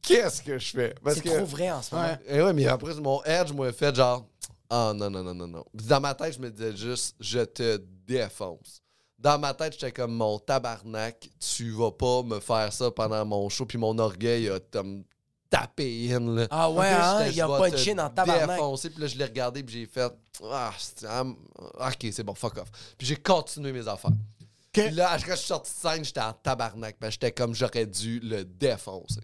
S7: qu'est-ce que je fais Parce
S5: C'est
S7: que-
S5: trop vrai en ce moment.
S7: et ouais, mais après, mon edge, moi, fait genre, ah non, non, non, non, non. Puis Dans ma tête, je me disais juste, je te défonce. Dans ma tête, j'étais comme, mon tabarnak, tu vas pas me faire ça pendant mon show, puis mon orgueil a comme tapé in, là.
S5: Ah ouais,
S7: Puis
S5: hein,
S7: j'étais,
S5: il a
S7: je vais
S5: pas de
S7: te
S5: chin en tabarnak.
S7: défoncer. puis là, je l'ai regardé, puis j'ai fait, ah, c'est- ah, ok, c'est bon, fuck off. Puis j'ai continué mes affaires. Puis là, quand je suis sorti de scène, j'étais en tabarnak, parce que j'étais comme, j'aurais dû le défoncer.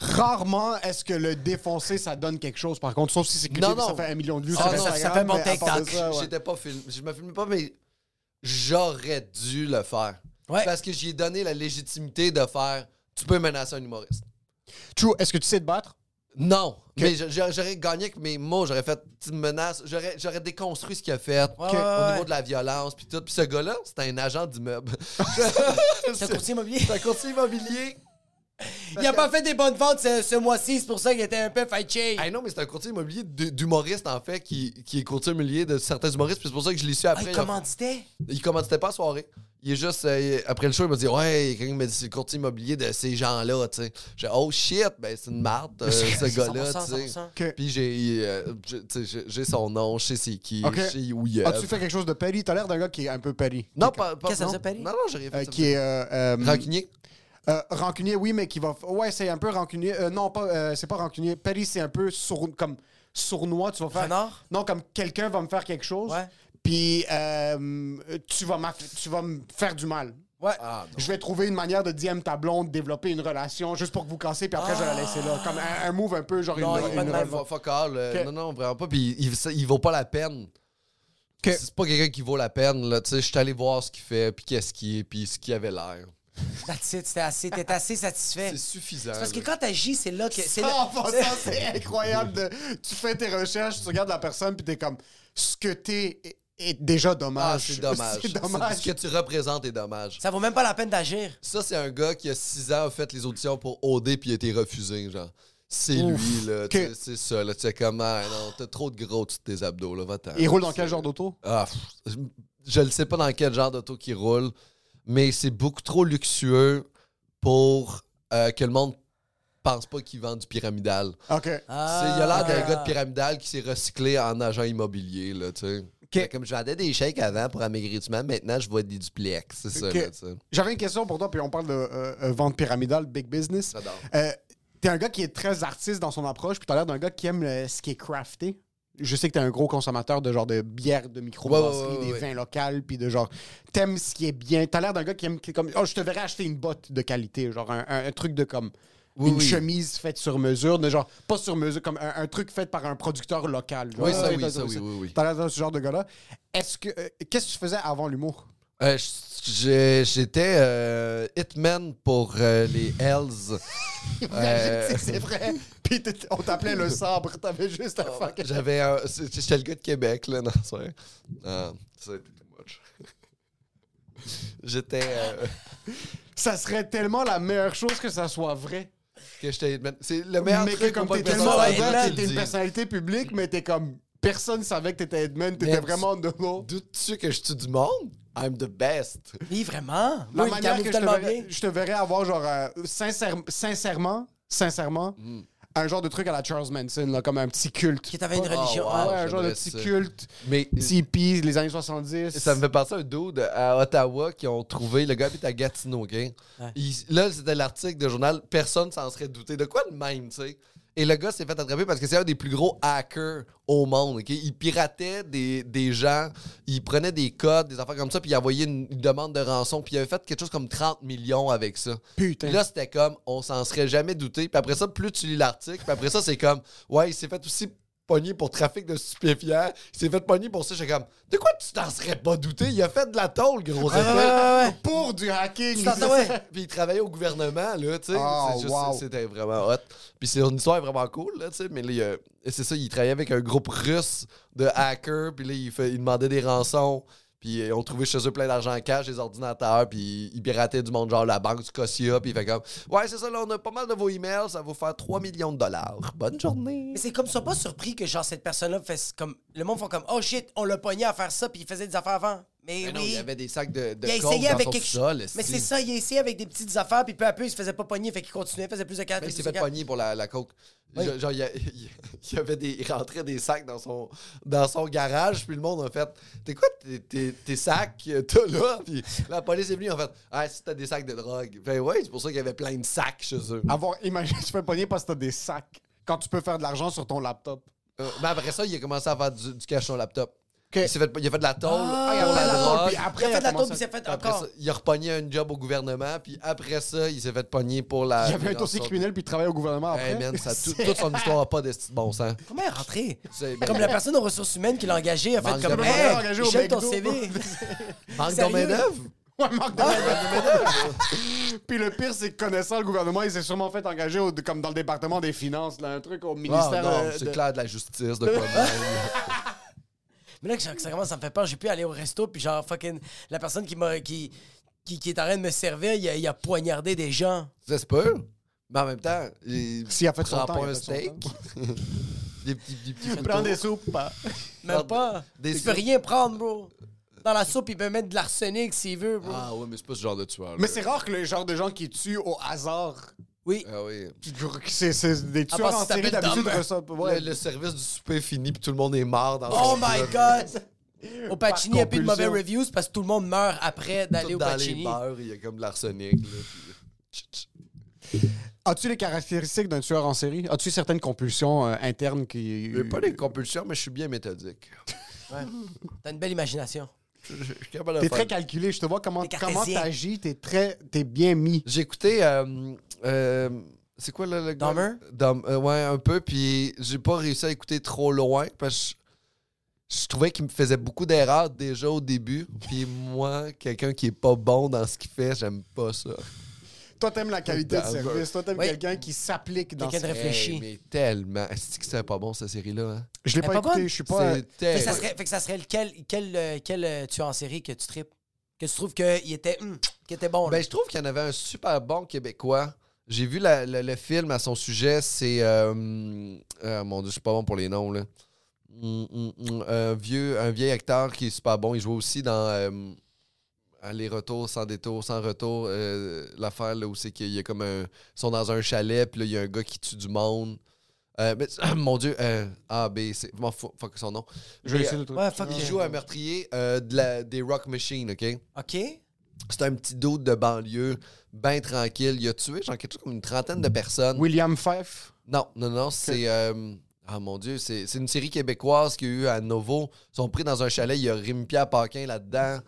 S6: Rarement est-ce que le défoncer, ça donne quelque chose. Par contre, sauf si c'est clippé,
S7: Non,
S6: puis
S7: non.
S6: ça fait un million de vues.
S7: Ah,
S6: sur
S7: non, ça- ça
S6: Instagram,
S5: fait mon
S6: mais à part de
S5: TikTok.
S6: ça, ouais.
S7: J'étais pas filmé. Je me filmais pas, mais j'aurais dû le faire.
S5: Ouais.
S7: Parce que j'y ai donné la légitimité de faire tu peux menacer un humoriste.
S6: True, est-ce que tu sais te battre?
S7: Non. Mais je- j'a- j'aurais gagné avec mes mots, j'aurais fait une menace, j'aurais j'aurais déconstruit ce qu'il a fait
S5: ouais,
S7: au niveau
S5: ouais.
S7: de la violence puis tout. Puis ce gars-là, c'était un agent d'immeuble.
S5: C'est un courtier immobilier.
S7: C'est un courtier immobilier.
S5: Il a pas fait des bonnes ventes ce, ce mois-ci, c'est pour ça qu'il était un peu fâché.
S7: Ah non, mais c'est un courtier immobilier d- d'humoristes, en fait, qui, qui est courtier immobilier de certains humoristes. Puis c'est pour ça que je l'ai su
S5: Ah,
S7: après.
S5: il
S7: il a-
S5: commanditait?
S7: Il commanditait pas la soirée. Il est juste. euh, après le show, il m'a dit Ouais, quelqu'un m'a dit c'est le courtier immobilier de ces gens-là, tu sais. J'ai dit, Oh shit, ben c'est une marde, euh, ce gars-là,
S5: 100%,
S7: tu
S5: 100%.
S7: sais. Puis j'ai, euh, je- tu sais, j'ai j'ai son nom, je sais c'est qui,
S6: Ok.
S7: je sais où il est.
S6: As-tu fait quelque chose de petty? T'as l'air d'un gars qui est un peu petty.
S7: Non, pas. pas
S5: Qu'est-ce que ça
S7: non.
S5: s'appelle?
S7: Non, non, j'ai rien fait.
S6: Euh,
S7: ça.
S6: qui est euh, euh,
S7: Rancunier.
S6: euh, rancunier, oui, mais qui va. f- Ouais, c'est un peu rancunier. Euh, non, pas, euh, c'est pas rancunier. Petty, c'est un peu sourd- comme sournois. Tu vas faire.
S5: Renard?
S6: Non, comme quelqu'un va me faire quelque chose.
S5: Ouais.
S6: Puis euh, tu vas m'aff- tu vas me faire du mal.
S5: Ouais.
S7: Ah.
S6: Je vais trouver une manière de DM ta blonde, développer une relation juste pour que vous cassez, puis après je vais la laisser là. Comme un, un move un peu, genre
S5: Non,
S6: une,
S5: il y a pas de
S6: une
S5: mal.
S6: revanche.
S7: Fuck- fuck all, euh,
S6: Ok.
S7: Non, non, vraiment pas. Puis il, ça- il vaut pas la peine. C'est pas quelqu'un qui vaut la peine, là. Tu sais, je suis allé voir ce qu'il fait, puis qu'est-ce qu'il est, puis ce qu'il avait l'air.
S5: That's it, c'était assez, t'es assez satisfait.
S7: C'est suffisant.
S5: C'est parce que
S7: là.
S5: quand t'agis, c'est là que. C'est là-
S6: Ah, bon, ça, c'est incroyable. de- tu fais tes recherches, tu regardes la personne, puis t'es comme, ce que t'es est- est déjà
S7: Ah,
S6: dommage.
S7: c'est dommage.
S6: C'est dommage.
S7: Ce que tu représentes est dommage.
S5: Ça vaut même pas la peine d'agir.
S7: Ça, c'est un gars qui a 6 ans a fait les auditions pour OD puis il a été refusé, genre. C'est lui, là. tu
S6: que-
S7: sais, C'est ça, là. Tu sais, comment? non, t'as trop de gros de tes abdos, là. Va-t'en.
S6: Il roule dans quel genre d'auto?
S7: Ah, pff, je ne sais pas dans quel genre d'auto qui roule, mais c'est beaucoup trop luxueux pour euh, que le monde pense pas qu'il vend du pyramidal.
S6: OK.
S7: C'est- Il a l'air
S6: Ah.
S7: d'un gars de pyramidal qui s'est recyclé en agent immobilier, là, tu sais. Fait Comme je vendais des chèques avant pour amaigrissement, maintenant je vois des duplex, c'est ça,
S6: Ok.
S7: là, tu sais.
S6: J'avais une question pour toi, puis on parle de euh, euh, vente pyramidale, big business.
S7: J'adore.
S6: Euh, t'es un gars qui est très artiste dans son approche, puis t'as l'air d'un gars qui aime euh, ce qui est crafté. Je sais que t'es un gros consommateur de genre de bière de microbrasserie,
S7: Ouais, ouais, ouais,
S6: des
S7: ouais.
S6: vins locaux, puis de genre t'aimes ce qui est bien. T'as l'air d'un gars qui aime qui est comme oh je te verrais acheter une botte de qualité, genre un, un- un truc de comme
S7: Oui,
S6: une
S7: oui.
S6: chemise faite sur mesure, de genre pas sur mesure, comme un, un truc fait par un producteur local. genre.
S7: Oui, ça, oui,
S6: t'as-
S7: ça,
S6: t'as-
S7: oui, oui, oui.
S6: T'as l'air de ce genre de gars-là. Est-ce que euh, qu'est-ce que tu faisais avant l'humour?
S7: Euh, j- j'ai- J'étais euh, hitman pour euh, les Hells. Euh,
S6: Imagine si c'est vrai. Puis t'étais- on t'appelait le sabre, t'avais juste
S7: Ah,
S6: à faire quelque
S7: J'avais un- c'est- J'étais le gars de Québec, là, non, c'est vrai. Non, Ah, ça a été too much. J'étais. euh,
S6: Ça serait tellement la meilleure chose que ça soit vrai.
S7: que j'étais hitman. C'est le meilleur
S6: mais que
S7: truc
S6: comme
S7: qu'on
S6: t'es
S7: peut
S6: tellement
S7: faire,
S5: Hitman,
S6: avant,
S7: tu le
S6: t'étais une
S7: dis.
S6: personnalité publique, mais t'es comme. Personne savait que t'étais Edmund, t'étais
S7: Mais
S6: vraiment de l'eau.
S7: Doutes-tu que je tue du monde? I'm the best.
S5: Mais vraiment?
S6: La
S5: Moi, il
S6: manière
S5: camouille
S6: que je te,
S5: tellement
S6: verrais,
S5: bien.
S6: je te verrais avoir, genre, euh, sincère- sincèrement, sincèrement,
S7: Mm.
S6: un genre de truc à la Charles Manson, là, comme un petit culte.
S5: Que t'avais une
S6: Pas-
S5: religion.
S7: wow.
S6: Ouais,
S5: ouais.
S7: Ah,
S6: un genre de
S7: j'aimerais
S6: petit
S7: ça.
S6: culte.
S7: Mais
S6: Tipeee, les années 70.
S7: Ça me fait penser à un dude à Ottawa qui ont trouvé le gars habite à Gatineau, OK? Il- là, c'était l'article de journal, personne s'en serait douté. De quoi de même, tu sais? Et le gars s'est fait attraper parce que c'est un des plus gros hackers au monde. OK? Il piratait des, des gens, il prenait des codes, des affaires comme ça, puis il envoyait une, une demande de rançon, puis il avait fait quelque chose comme 30 millions avec ça.
S6: Putain.
S7: Puis là, c'était comme, on s'en serait jamais douté. Puis après ça, plus tu lis l'article, puis après ça, c'est comme, ouais, il s'est fait aussi pogner pour trafic de stupéfiants. Il s'est fait pogner pour ça. J'étais comme, de quoi tu t'en serais pas douté? Il a fait de la tôle, gros épais.
S6: Pour du hacking.
S7: Tu t'entends, ouais. Puis il travaillait au gouvernement, là, tu sais.
S6: Ah,
S7: C'est juste-
S6: wow.
S7: C'était vraiment hot. Puis c'est une histoire vraiment cool, là, tu sais. Mais là, il, euh, c'est ça, il travaillait avec un groupe russe de hackers. Puis là, il, fait- il demandait des rançons. Puis euh, ils ont trouvé chez eux plein d'argent en cash, des ordinateurs. Puis ils pirataient du monde, genre la banque Scotia. Puis il fait comme, ouais, c'est ça, là, on a pas mal de vos emails. Ça va vous faire 3 millions de dollars. Bonne journée.
S5: Mais c'est comme ça, pas surpris que genre cette personne-là fasse comme. Le monde font comme Oh shit, on l'a pogné à faire ça, puis il faisait des affaires avant. Mais, oui.
S7: Mais Ben non, il y avait des sacs de, de
S5: il a
S7: coke
S5: essayé
S7: dans
S5: avec
S7: son
S5: quelque
S7: sous-sol,
S5: chose. Mais
S7: esti.
S5: c'est ça, il a essayé avec des petites affaires, puis peu à peu, il se faisait pas pogner, fait qu'il continuait, faisait plus de cartes.
S7: Mais Ben, il
S5: plus
S7: s'est
S5: de
S7: fait
S5: cartes.
S7: pogner pour la, la coke. Genre, genre, il, y a- il y avait des, il rentrait des sacs dans son, dans son garage, puis le monde a fait T'es quoi tes, tes- tes sacs que T'as là Puis la police est venue, en fait Ah, si t'as des sacs de drogue. Ben ouais, c'est pour ça qu'il y avait plein de sacs chez eux.
S6: Avoir, imagine, tu fais pogner parce que t'as des sacs. Quand tu peux faire de l'argent sur ton laptop.
S7: Euh, mais après ça, il a commencé à faire du, du cash sur son laptop.
S6: Ok.
S7: Il, s'est fait, il a fait de la tôle.
S6: Ah, il a
S7: pour
S6: fait de la tôle,
S7: drogue.
S6: puis ah. après,
S5: Il a fait de la
S6: commencé
S5: taupe, puis il s'est fait
S7: Après
S5: encore.
S7: ça, il a repogné un job au gouvernement, puis après ça, il s'est fait pogner pour la.
S6: Il y avait un dossier criminel, puis il travaillait au gouvernement après.
S7: Hey man, ça, tout- toute son histoire n'a pas de style bon sens.
S5: Comment elle est rentrée?
S7: C'est-
S5: Comme la personne aux ressources humaines qui l'a engagée, a fait
S7: Manque
S5: comme
S7: de
S5: Hey,
S7: valeur
S6: engagée au
S5: j'aime ton
S6: McDo.
S5: CV.
S7: Manque de
S5: Sérieux?
S7: main-d'œuvre.
S6: Ouais, manque de Puis le pire, c'est que connaissant le gouvernement, il s'est sûrement fait engager au- comme dans le département des finances, là, un truc au ministère.
S7: Ah, non,
S6: euh,
S7: c'est
S6: de-
S7: clair de la justice, de quoi. de même.
S5: Mais là, que ça ça commence à me faire peur. J'ai pu aller au resto, puis genre, fucking, la personne qui m'a. Qui, qui, qui est en train de me servir, il a, il a poignardé des gens.
S7: Ça se peut. Mais en même temps, il
S6: S'il a fait son
S7: prend
S6: temps,
S7: pas
S6: il a fait
S7: un
S6: son
S7: steak.
S6: temps.
S7: des petits, des petits
S6: Prends
S7: photos.
S6: des soupes. hein.
S5: Même pas.
S7: Des-
S5: Tu peux rien prendre, bro. Dans la soupe, il peut mettre de l'arsenic s'il veut, bro.
S7: Ah ouais, mais c'est pas ce genre de tueur. là.
S6: Mais c'est rare que le genre de gens qui tuent au hasard.
S5: Oui.
S7: Ah oui.
S6: C'est c'est des
S5: part
S7: Ah,
S5: si
S6: tueurs en série
S5: t'appelles
S6: d'habitude.
S5: Dom.
S6: reçoivent- ouais.
S7: Le, le service du souper est fini, puis tout le monde est mort dans
S5: Oh
S7: son
S5: my
S7: truc.
S5: god! Au Pacini, il n'y a plus de mauvais
S6: compulsion.
S5: reviews parce que tout le monde meurt après d'aller
S7: Tout
S5: au
S7: dans les
S5: Pacini.
S7: meurs, il y a comme de l'arsenic. là, puis-
S6: As-tu les caractéristiques d'un tueur en série? As-tu certaines compulsions euh, internes qui.
S7: J'ai pas des compulsions, mais je suis bien méthodique.
S5: T'as une belle imagination.
S7: Je- je- je suis capable de
S6: T'es
S7: faire-
S6: très calculé, je te vois comment
S5: T'es
S6: comment
S5: cartésien.
S6: t'agis, t'es très t'es bien mis.
S7: J'ai écouté. euh, euh, c'est quoi le, le gars?
S5: Dahmer?
S7: Dahmer, euh, ouais, un peu. Puis j'ai pas réussi à écouter trop loin parce que je, je trouvais qu'il me faisait beaucoup d'erreurs déjà au début. Puis moi, quelqu'un qui est pas bon dans ce qu'il fait, j'aime pas ça.
S6: Toi t'aimes la qualité de
S7: Ah,
S6: service, toi t'aimes
S5: oui.
S6: quelqu'un qui s'applique dans.
S5: Quelqu'un de
S6: ses-
S5: réfléchi.
S7: Hey, mais tellement. Est-ce que c'est pas bon, cette série-là? hein?
S6: Je l'ai
S5: Mais
S6: pas
S5: pas
S6: écouté,
S5: bonne.
S6: je suis pas.
S7: C'est
S5: Fait
S7: terrible.
S5: que ça serait, fait que ça serait lequel, quel, euh, quel euh, tueur en série que tu tripes? Que tu trouves qu'il était, hum, qu'il était bon, là.
S7: Ben, je trouve qu'il y en avait un super bon Québécois. J'ai vu la- le, le film à son sujet, c'est. euh, euh, mon Dieu, je suis pas bon pour les noms, là. Mm, mm, mm, un, vieux, un vieil acteur qui est super bon. Il joue aussi dans euh, Aller-retour, sans détour, sans retour. euh, L'affaire là où c'est qu'il y a comme un. Ils sont dans un chalet, puis là, il y a un gars qui tue du monde. Euh, mais, mon Dieu, euh, A, B, C. Je m'en fous, fuck son nom.
S6: Je vais
S7: Mais,
S6: essayer de le trouver.
S5: Ouais, fuck.
S7: il
S5: euh,
S7: joue un meurtrier euh, de la- des Rock Machine, OK?
S5: OK.
S7: C'est un petit doute de banlieue, bien tranquille. Il a tué, genre, quelque chose comme une trentaine de personnes.
S6: William Fife.
S7: Non, non, non, c'est. euh, ah mon Dieu, c'est c'est une série québécoise qu'il y a eu à Novo. Ils sont pris dans un chalet, il y a Rémi-Pierre Paquin là-dedans.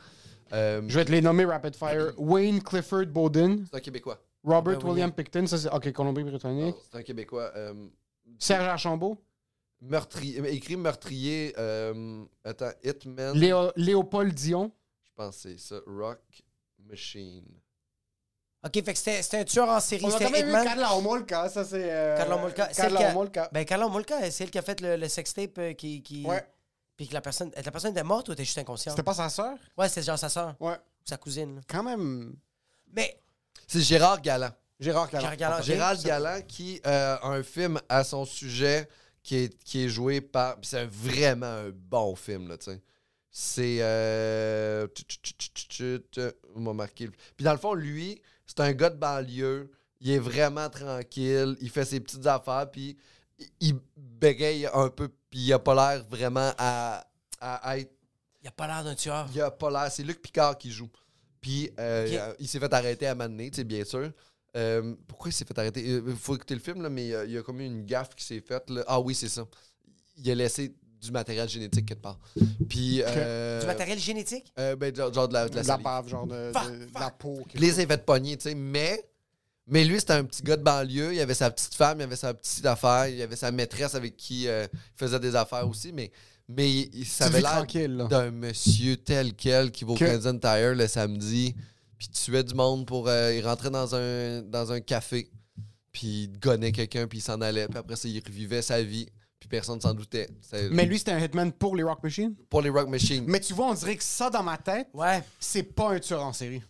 S7: Euh,
S6: Je vais te les nommer rapid fire. Wayne Clifford Bowden,
S7: C'est un Québécois.
S6: Robert
S5: Ben, Ah,
S6: William Picton, ça c'est OK Colombie-Britannique.
S7: Non, C'est un Québécois. euh,
S6: Serge Archambault,
S7: meurtrier, euh, écrit meurtrier. euh, attends, Hitman.
S6: Léo- Léopold Dion.
S7: Je pense que c'est ça. Rock Machine.
S5: OK, fait que c'était c'était un tueur en série.
S6: On a quand
S5: C'était
S6: même eu
S5: Hitman.
S6: Carla Homolka, ça c'est. euh,
S5: Carla Molka.
S6: Carla Homolka.
S5: Ben, Carla Molka, c'est elle qui a fait le, le sextape euh, qui. qui...
S6: Ouais.
S5: Puis que la personne, la personne était morte ou était juste inconsciente?
S6: C'était pas sa sœur?
S5: Ouais, c'était genre sa soeur
S6: Ouais.
S5: ou sa cousine. là.
S6: Quand même.
S5: Mais
S7: C'est Gérard Galland.
S6: Gérard
S5: j'ai
S6: Carla.
S5: regardé.
S7: Gérald Galland qui euh, a un film à son sujet qui est, qui est joué par. puis C'est un- vraiment un bon film, là, tu sais. C'est. Euh... tchut, tchut, tchut, tchut, tchut, euh, On m'a marqué. le- Puis dans le fond, lui, c'est un gars de banlieue. Il est vraiment tranquille. Il fait ses petites affaires. Puis il- il bégaye un peu. Puis il a pas l'air vraiment à, à être.
S5: Il a pas l'air d'un tueur.
S7: Il a pas l'air. C'est Luc Picard qui joue. Puis euh,
S5: Ok.
S7: il s'est fait arrêter à Mané, tu sais, bien sûr. Euh, pourquoi il s'est fait arrêter Il faut écouter le film, là, mais euh, il y a comme eu une gaffe qui s'est faite. là. Ah oui, c'est ça. Il a laissé du matériel génétique quelque part. Puis. euh,
S5: Du matériel génétique?
S7: euh, ben, genre, genre de la, de la
S6: De la
S7: salive.
S6: bave, genre de, de- de la peau.
S7: Puis les a fait pogner, tu sais, mais Mais lui, c'était un petit gars de banlieue. Il avait sa petite femme, il avait sa petite affaire, il avait sa maîtresse avec qui euh, il faisait des affaires aussi. Mais, mais il, il- ça
S8: Tu
S7: avait
S8: vis
S7: l'air
S8: tranquille, là.
S7: d'un monsieur tel quel qui va au
S8: Que-
S7: Canadian Tire le samedi, puis tuait du monde pour. euh, il rentrait dans un, dans un café, puis il gonnait quelqu'un, puis il s'en allait. Puis après ça, il revivait sa vie, puis personne ne s'en doutait. C'est-
S8: Mais lui, c'était un hitman pour les Rock Machines.
S7: Pour les Rock Machines.
S8: Mais tu vois, on dirait que ça, dans ma tête,
S5: Ouais.
S8: c'est pas un tueur en série.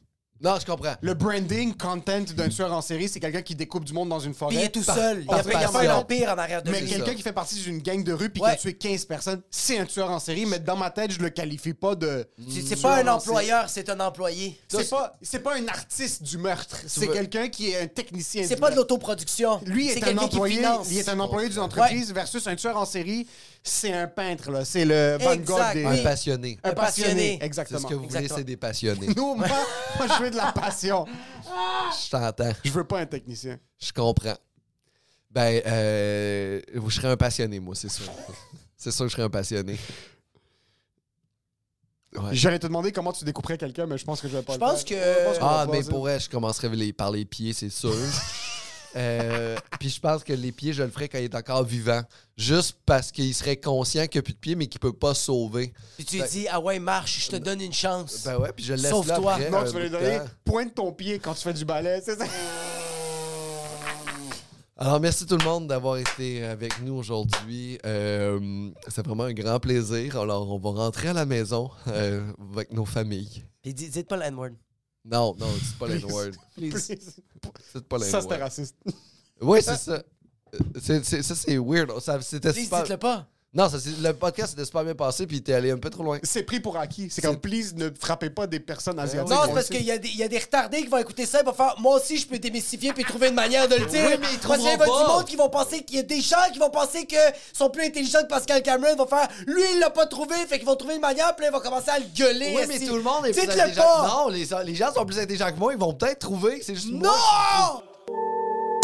S7: Non, je comprends.
S8: Le branding content d'un tueur en série, c'est quelqu'un qui découpe du monde dans une forêt.
S5: Puis il est tout
S8: Par-
S5: seul. Il n'y
S8: par
S5: a pas- il y a pas
S8: passion.
S5: un empire en arrière de
S8: Mais
S5: lui.
S7: ça.
S8: quelqu'un qui fait partie d'une gang de rue puis qui
S5: Ouais.
S8: a tué 15 personnes, c'est un tueur en série, mais dans ma tête, je le qualifie pas de.
S5: C'est-
S8: tueur
S5: C'est pas un
S8: en série.
S5: employeur, c'est un employé.
S8: C'est pas, c'est pas un artiste du meurtre. C'est
S7: veux-
S8: quelqu'un qui est un technicien.
S5: C'est
S8: du
S5: pas de
S8: meurtre.
S5: l'autoproduction.
S8: Lui
S5: C'est
S8: est un
S5: quelqu'un qui
S8: employé,
S5: finance.
S8: il est un employé d'une entreprise versus un tueur en série, c'est un peintre là, c'est le Van Gogh
S5: Exact,
S8: des
S5: oui.
S7: Un passionné.
S8: un
S5: Un passionné.
S8: passionné,
S7: C'est
S8: Euh, exactement.
S7: ce que vous voulez,
S5: Exactement.
S7: c'est des passionnés.
S8: Nous, moi, moi, je veux de la passion.
S7: Je t'entends.
S8: Je veux pas un technicien.
S7: Je comprends. Ben, euh, je serais un passionné, moi, c'est sûr. c'est sûr que je serais un passionné. Ouais.
S8: J'allais te demander comment tu découperais quelqu'un, mais je pense que je vais pas.
S5: Je
S8: le
S5: pense
S8: faire.
S5: que-
S8: Je pense qu'on va
S7: Ah,
S8: pas,
S7: mais
S8: ça.
S7: pour elle, je commencerais les- par les pieds, c'est sûr. Euh, Puis je pense que les pieds, je le ferais quand il est encore vivant. Juste parce qu'il serait conscient qu'il n'y a plus de pieds, mais qu'il peut pas se sauver.
S5: Puis tu lui dis, ah ouais, marche, je te donne une chance.
S7: Ben ouais, puis je le laisse là
S5: Sauve-toi.
S7: après,
S8: Non,
S7: un
S8: tu vas lui
S7: bout de
S8: donner
S7: temps.
S8: pointe ton pied quand tu fais du ballet, c'est ça.
S7: Alors, merci tout le monde d'avoir été euh, avec nous aujourd'hui. Euh, c'est vraiment un grand plaisir. Alors, on va rentrer à la maison euh, avec nos familles.
S5: Puis dis- dites pas le N-word.
S7: Non, non, c'est pas les word. C'est pas les
S8: Ça, c'était raciste.
S7: Oui, c'est ça. Euh, c'est- c'est- ça, c'est weird. Ça, c'était
S5: Please,
S7: super...
S5: dites-le pas.
S7: Non, ça, c'est- le podcast c'était super bien passé, puis t'es allé un peu trop loin.
S8: C'est pris pour acquis. C'est comme, please, ne frappez pas des personnes asiatiques.
S5: Non, c'est parce qu'il y, a des- il y a des retardés qui vont écouter ça et vont faire Moi aussi, je peux démystifier puis trouver une manière de le dire.
S7: Oui, mais ils
S5: Parce qu'il y a
S7: trouveront
S5: du
S7: pas.
S5: monde qui vont penser qu'il y a des gens qui vont penser que sont plus intelligents que Pascal Cameron. Ils vont faire Lui, il l'a pas trouvé, fait qu'ils vont trouver une manière, puis là, ils vont commencer à le gueuler.
S7: Oui, mais
S5: esti.
S7: tout le monde est plus
S5: Dites-le
S7: intelligent.
S5: pas
S7: Non, les, les gens sont plus intelligents que moi. Ils vont peut-être trouver que c'est juste moi.
S5: Non!